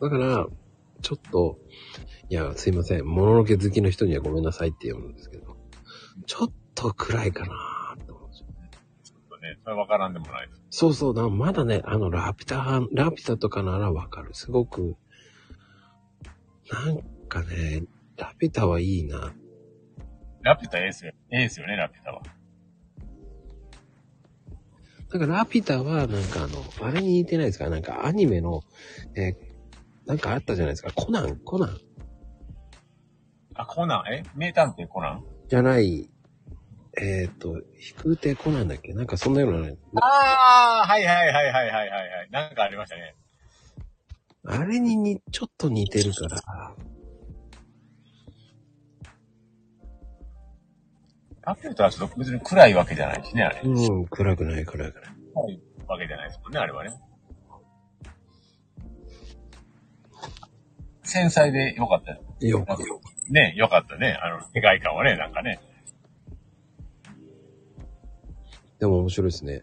だから、ちょっと、いや、すいません。もののけ好きの人にはごめんなさいって言うんですけど、ちょっと暗いかなーって思うんですよ。ちょっとね、それはわからんでもないです。そうそう、だからまだね、あの、ラピュタ派、ラピュタとかならわかる。すごく、なんかね、ラピュタはいいな。ラピュタええですよ。ええですよね、ラピュタは。だからラピュタは、なんかあの、あれに似てないですかなんかアニメの、えーなんかあったじゃないですか。コナン、コナン。あ、コナン、え名探偵コナンじゃない、えっ、と、飛空艇コナンだっけなんかそんなようなね、ああ、はいはいはいはいはいはいはい。なんかありましたね。あれにに、ちょっと似てるから。ラピュタはちょっと別に暗いわけじゃないしね、あれ。うん、暗くない暗くない。暗いわけじゃないですもんね、あれはね。繊細でよかったですよく。ね、よかったね。あの、世界観はね、なんかね。 *laughs* でも面白いですね。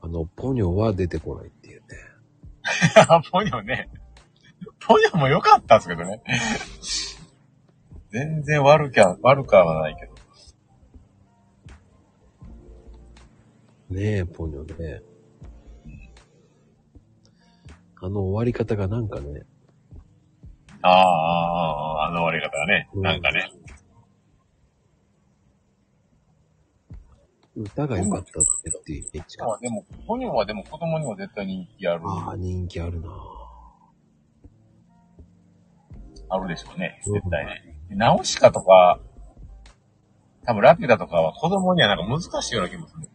あの、ポニョは出てこないっていうね。ポニョね。ポニョも良かったですけどね。全然悪きゃ、悪くはないけど。ねえ、ポニョね。あの終わり方がなんかね、ああ、あの終わり方がね。なんかね。歌が良かったっていうイメージが。でも、ポニョはでも子供には絶対人気ある、ああ、人気あるなあるでしょうね。絶対ね。ナウシカとか、多分ラピュタとかは子供にはなんか難しいような気もする。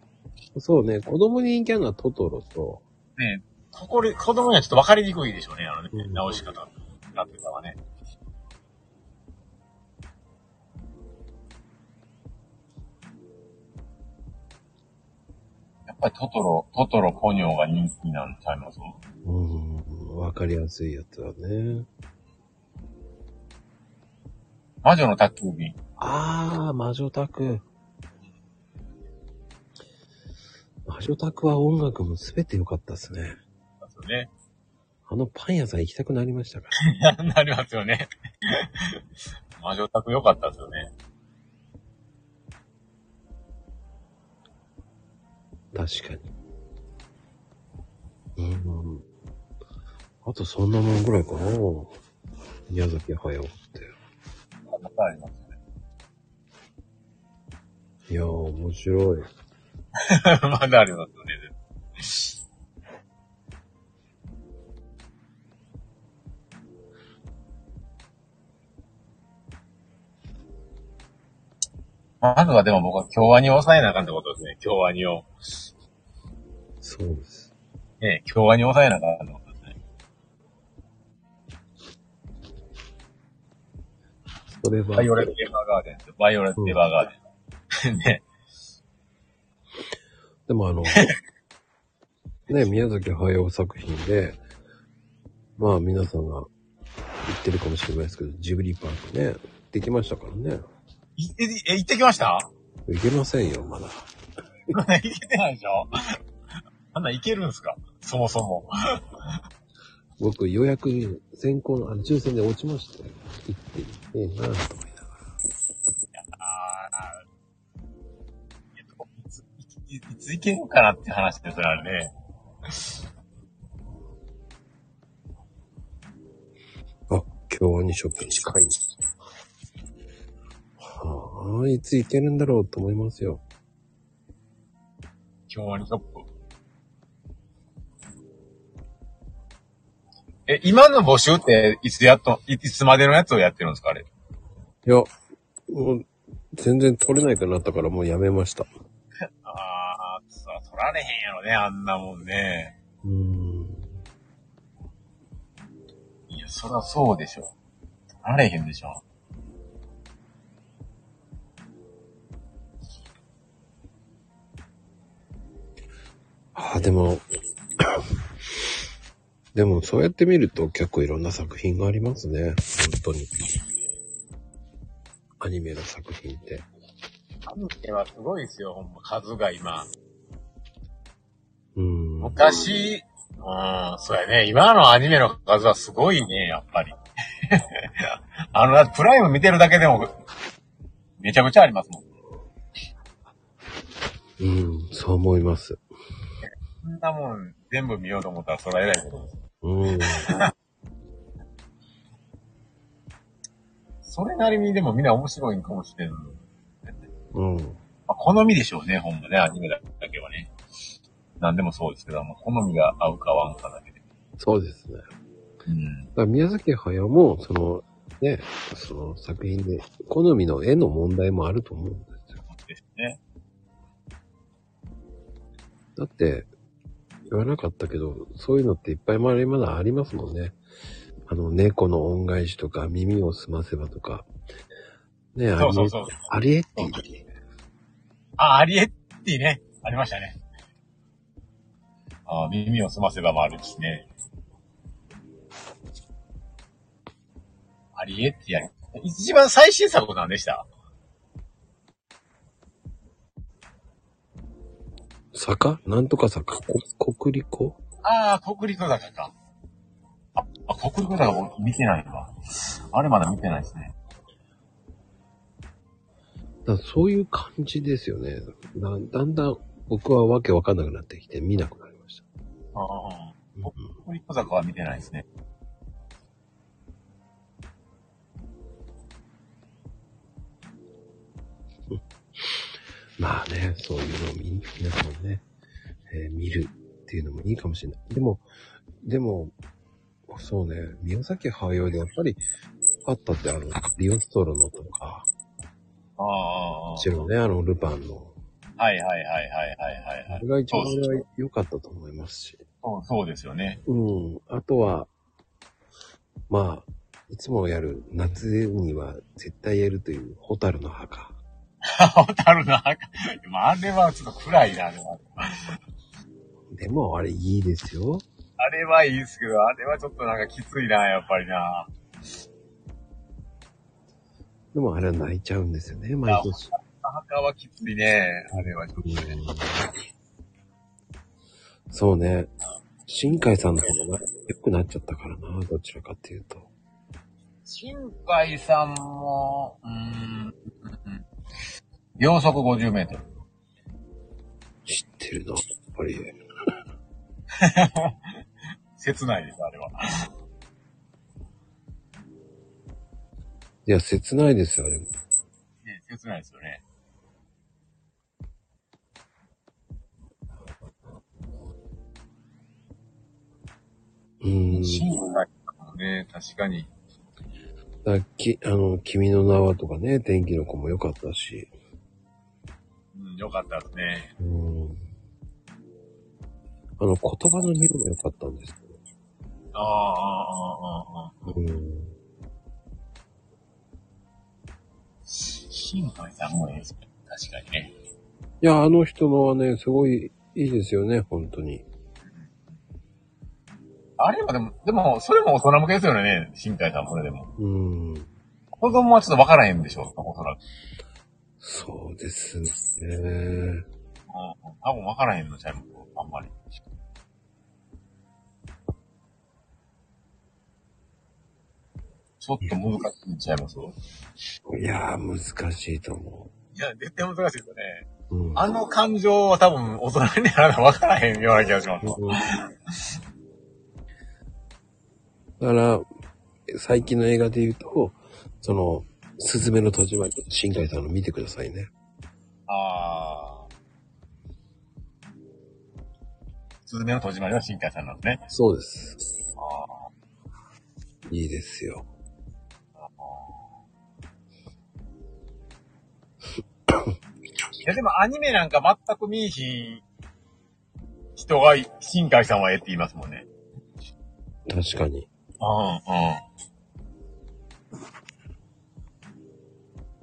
そうね、子供に人気あるのはトトロと、ね、ここで、子供にはちょっと分かりにくいでしょうね、あのね、うん直し方。ラピュタはね。やっぱりトトロ、トトロ、ポニョが人気なんちゃいますうん、わかりやすいやつだね。魔女の宅急便。あー、魔女宅。魔女宅は音楽もすべて良かったですね。ですよね。あのパン屋さん行きたくなりましたから。なりますよね。 *laughs* 魔女宅良かったですよね。確かに。うん。あとそんなもんぐらいかな。宮崎駿って。またありますよね。いやー、面白い。 *laughs* まだありますよね。まずはでも僕は京アニを抑えなあかんってことですね。京アニを。そうです。ね、京アニを抑えなあかんってことですね。それは、バイオレット・エヴァーガーデンですよ。バイオレット・エヴァーガーデン。 *laughs* ね。でもあの、ね、宮崎駿作品で、まあ皆さんが言ってるかもしれないですけど、ジブリパークね、できましたからね。いえ、え行ってきました *laughs* いけませんよ、まだ。行けてないでしょ *laughs* あんなん行けるんすかそもそも。僕予約に先行の、あの、抽選で落ちましたよ。行っていいなぁと思いながら。ああ、えっといつ、いいつ行けるかなって話ですからね。あ、今日にショップ近い。はあ、いつ行けるんだろうと思いますよ。京アニショップ。え、今の募集って、いつやっと、いいつまでのやつをやってるんですかあれ。いや、もう、全然取れないかなったからもうやめました。ああ、そら取られへんやろね、あんなもんね。うーん。いや、そらそうでしょ。取られへんでしょ。ああ、でも、 *coughs* でもそうやって見ると結構いろんな作品がありますね。本当に。アニメの作品って。アニメはすごいですよ、ほんま。数が今。うーん。昔、うん、そうやね。今のアニメの数はすごいね、やっぱり。 *laughs* あの、だってプライム見てるだけでも、めちゃくちゃありますもん。うん、そう思います。そんなもん、全部見ようと思ったらそれは偉いことです。うん。それなりにでもみんな面白いんかもしれん。まうん。あ、好みでしょうね、ほんまね、アニメだけはね。なんでもそうですけど、まあ、好みが合うか合わんかだけで。そうですね。だかうん。ら宮崎駿も、その、ね、その作品で、好みの絵の問題もあると思うんですよ。そうですね。だって、言わなかったけど、そういうのっていっぱいまだまだありますもんね。あの、猫の恩返しとか、耳を澄ませばとか。ね、あそうそうりそう。アリエッティ。あ、アリエッティね。ありましたね。あ耳を澄ませばもあるしね。アリエッティやり。一番最新作なんでした坂なんとか坂こ国立湖ああ、国立坂か。あ、あ国立坂僕見てないか。あれまだ見てないですね。だからそういう感じですよね。だだんだん僕はわけわかんなくなってきて見なくなりました。ああ、うん国立坂は見てないですね。まあね、そういうのを見皆さんね、えー見るっていうのもいいかもしれない。でも、でも、そうね、宮崎駿でやっぱり、あったって、あの、リオストロのとか、あもあ。はちろんね、あの、ルパンの。いはいはいはいはいはいあはい。れが一番そう俺は良かったと思いますし。そうそうですよ *laughs* ね。うん。あとは、まあ、いつもやる、夏には絶対やるという、ホタルの墓。ホタルの墓。で *laughs* もあれはちょっと暗いな、あれは。でも、あれいいですよ。あれはいいですけど、あれはちょっとなんかきついな、やっぱりな。でも、あれは泣いちゃうんですよね、毎年。墓はきついね。あれはちょっとうね。んそうね。新海さんの方がな良くなっちゃったからな、どちらかっていうと。新海さんも、うーん、秒速50メートル。知ってるな、やっぱり。切ないです、あれは。いや、切ないですよ、あれも。ね、切ないですよね。うん。新海さんもね、確かに。だき、あの、君の名はとかね、天気の子も良かったし。うん、良かったですね。うん。あの、言葉の色も良かったんですけああ、ああ、ああ。ど。うん。新海さんもいいですね。確かにね。いや、あの人のはね、すごいいいですよね、本当に。あれはでも、でも、それも大人向けですよね、新海さんもそれでも。うん。子供はちょっとわからへんでしょう、おそらく。そうですね。うん、多分わからへんのちゃいますあんまり。ちょっと難しいんちゃいますいいやー、難しいと思や、絶対難しいですよね。う。うん。あの感情は多分大人にならわからへんような気がします。うんだから、最近の映画で言うと、その、すずめの戸締まり、新海さんの見てくださいね。あー。すずめの戸締まりは新海さんなんですね。そうです。あーいいですよ。いや、でもアニメなんか全く見いひん人が、新海さんはええって言いますもんね。確かに。うん、うん。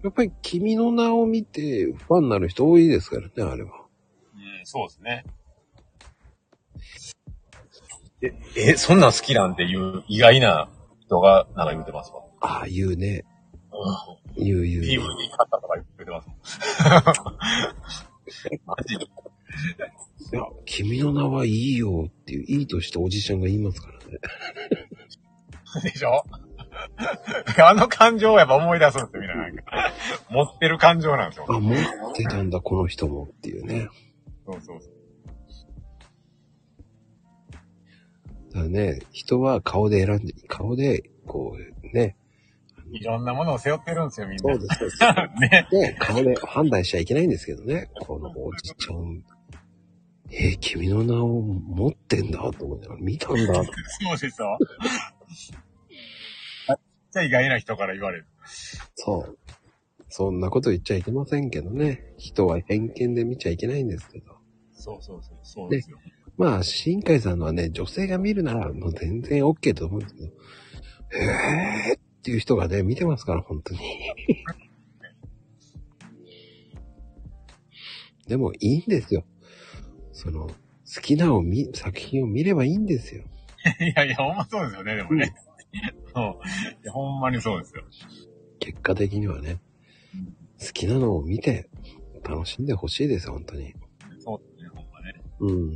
やっぱり君の名を見てファンになる人多いですからね、あれは。うん、そうですね。え、え、そんなん好きなんていう意外な人が、なんか言うてますわ。ああ、言うね。うん。言う言う DVD 言う。買ったとか言ってますもん。マジで。いや、君の名はいいよっていう、いいとしたおじちゃんが言いますからね。でしょあの感情をやっぱ思い出すんですよ、みんななんか。持ってる感情なんですよ。あ、持ってたんだ、この人もっていうね。そうそうそう。だからね、人は顔で選んで、顔で、こう、ね。いろんなものを背負ってるんですよ、みんな。です、そうです。 *laughs* ね。ね、顔で判断しちゃいけないんですけどね。このおじちゃん、えー君の名を持ってんだと思いながら、見たんだ。そうですよ。じゃあ意外な人から言われる。そう。そんなこと言っちゃいけませんけどね。人は偏見で見ちゃいけないんですけど。そうそうそう。そうですよ。まあ、新海さんのはね、女性が見るなら、もう全然 OK と思うんですけど、えーっていう人がね、見てますから、本当に。 *laughs* でも、いいんですよ。その、好きなを見、作品を見ればいいんですよ。いやいや、ほんまそうですよね、でもね。そう。いや、ほんまにそうですよ。結果的にはねうん、好きなのを見て、楽しんでほしいですよ、本当に。そうですね、ほんまね。うん。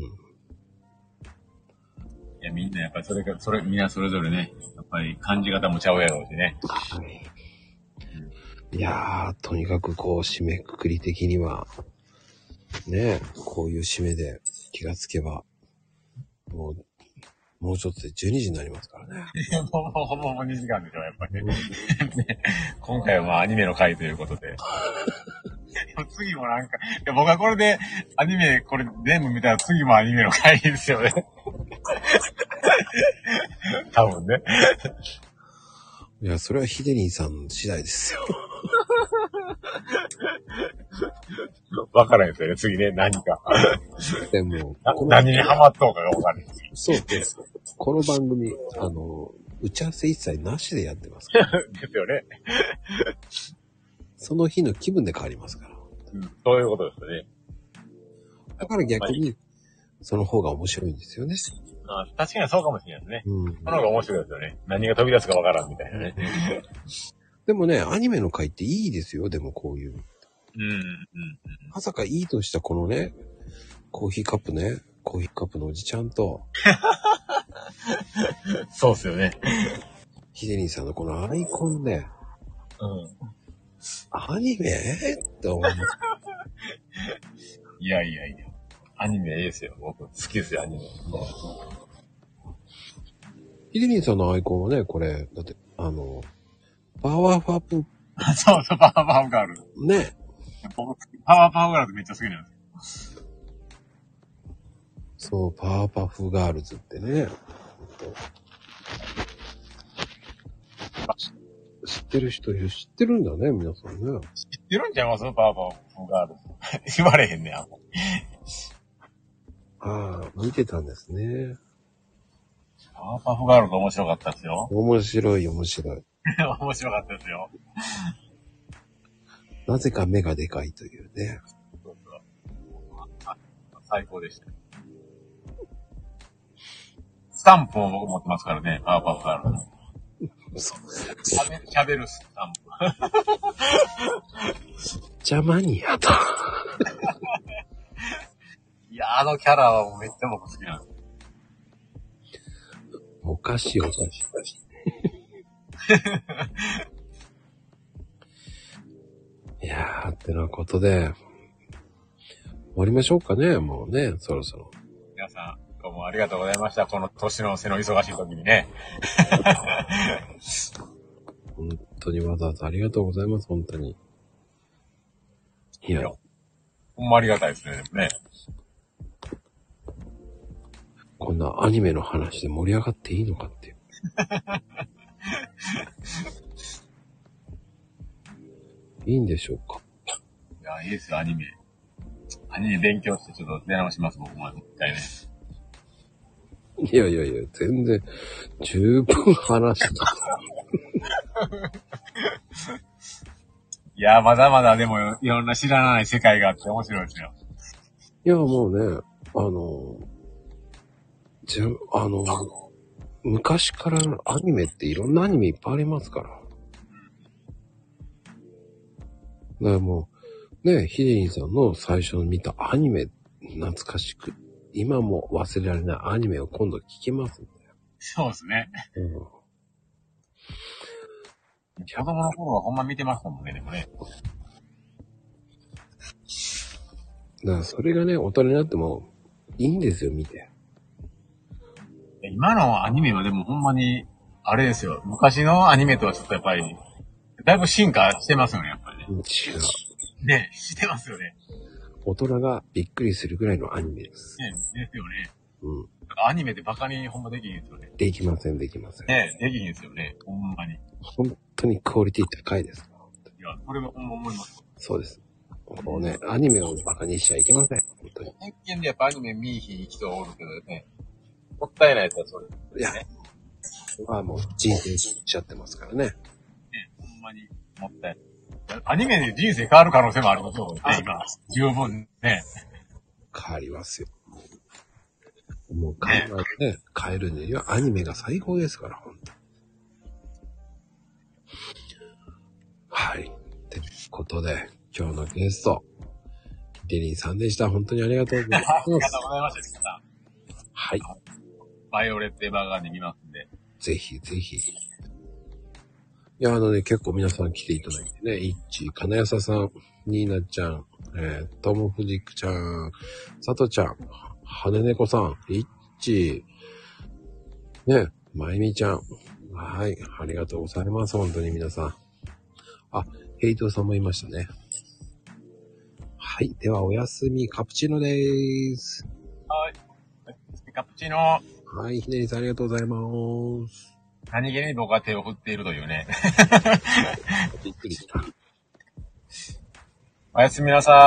いや、みんなやっぱりそれが、それ、みんなそれぞれね、やっぱり感じ方もちゃうやろうしね。はい。いやー、とにかくこう、締めくくり的には、ねえ、こういう締めで気がつけば、もう、もうちょっとで12時になりますからね。いやほぼほぼほぼ2時間でしょ、やっぱりね。 *laughs* ね今回はまあアニメの回ということ *laughs* で。でも次もなんか、いや僕はこれでアニメ、これ全部見たら次もアニメの回ですよね。多分ね。いや、それはヒデリンさん次第ですよ。 *laughs* わからないですよね、次ね、何か。でも、なこの何にハマっとうかがわからないです。そうです。この番組、あの、打ち合わせ一切なしでやってます *laughs* から。ですよね。その日の気分で変わりますから。うん、そういうことですよね。だから逆に、その方が面白いんですよね。あ確かにそうかもしれないですね。うん。その方が面白いですよね。何が飛び出すかわからんみたいなね。でもね、アニメの回っていいですよ。でもこういう。うん、うん。まさかいいとしたこのね、コーヒーカップね、コーヒーカップのおじちゃんと、そうですよね。ヒデリンさんのこのアイコンね、うん。アニメって思います。いやいやいや。アニメいいですよ。僕、好きですよ、アニメ。 *laughs* ヒデリンさんのアイコンはね、これ、だって、あの、パワーファップ、 *laughs* そうそう、パワーパフガール。ね、僕パワーパフガールってめっちゃ好きなんですよ。そう、パワーパフガールズってね。知ってる人、知ってるんだね、皆さんね。知ってるんちゃいますパワーパフガール。 *laughs* 言われへんね、あんま。ああ、見てたんですね。パワーパフガールが面白かったですよ。面白い、面白い。 *laughs* 面白かったですよ。なぜか目がでかいというね。 *laughs* 最高でした。スタンプを僕持ってますからね、パワーパフガールの。喋る、喋るスタンプ。ジャマニアと。いや、あのキャラはめっちゃ僕好きなんです。おかしい、おかしい。いやー、ってなことで、終わりましょうかね、もうね、そろそろ。皆さん、どうもありがとうございました。この年の瀬の忙しい時にね。本当にわざわざありがとうございます、本当に。いや、ほんまありがたいですね。ね。こんなアニメの話で盛り上がっていいのかっていう。いいんでしょうかいや、いいですよ、アニメ。アニメ勉強してちょっと出直します、僕も。一回ね。いやいやいや、全然、十分話した。いや、まだまだでもいろんな知らない世界があって面白いですよ。いや、もうね、あの、じゃ、あの、昔からアニメっていろんなアニメいっぱいありますから。だからもう、ね、ヒデリンさんの最初の見たアニメ、懐かしく、今も忘れられないアニメを今度聞きますんで。そうですね。うん子供の頃はほんま見てましたもんね、でもね。だからそれがね、大人になってもいいんですよ、見て。今のアニメはでもほんまに、あれですよ。昔のアニメとはちょっとやっぱり、だいぶ進化してますよね、やっぱりね。違う。ね、してますよね。大人がびっくりするぐらいのアニメです。ね、ですよね。うん。だからアニメってバカにほんまできひんですよね。できません、できません。ね、できひんですよね。ほんまに。い本当にクオリティ高いです。や、これはほんま思います。そうです。こうね、アニメをバカにしちゃいけません。本当に。偏見でやっぱアニメ見いひん人おるけどね。もったいないですよ、それ。いや、まあもう人生しちゃってますからね。ね、ほんまにもったいない。アニメで人生変わる可能性もあることね、今。十分ね。変わりますよ。もう考えてね変えるにはアニメが最高ですから、本当にはい。ってことで、今日のゲスト、デリンさんでした。本当にありがとうございありまがすと。うございました、皆さん。はい。バイオレットエヴァーガーデン見ますんで。ぜひぜひ。いや、あのね、結構皆さん来ていただいてね、いっち、かなやささん、にーなちゃん、えー、ともふじくちゃん、さとちゃん、はねねこさん、いっち、ね、まゆみちゃん。はい、ありがとうございます、本当に皆さん。あ、ヘイトさんもいましたね。はい、ではおやすみ、カプチーノでーす。はい。カプチーノ。はい、ひねりさんありがとうございます。何気に僕は手を振っているというね。びっくりした。おやすみなさい。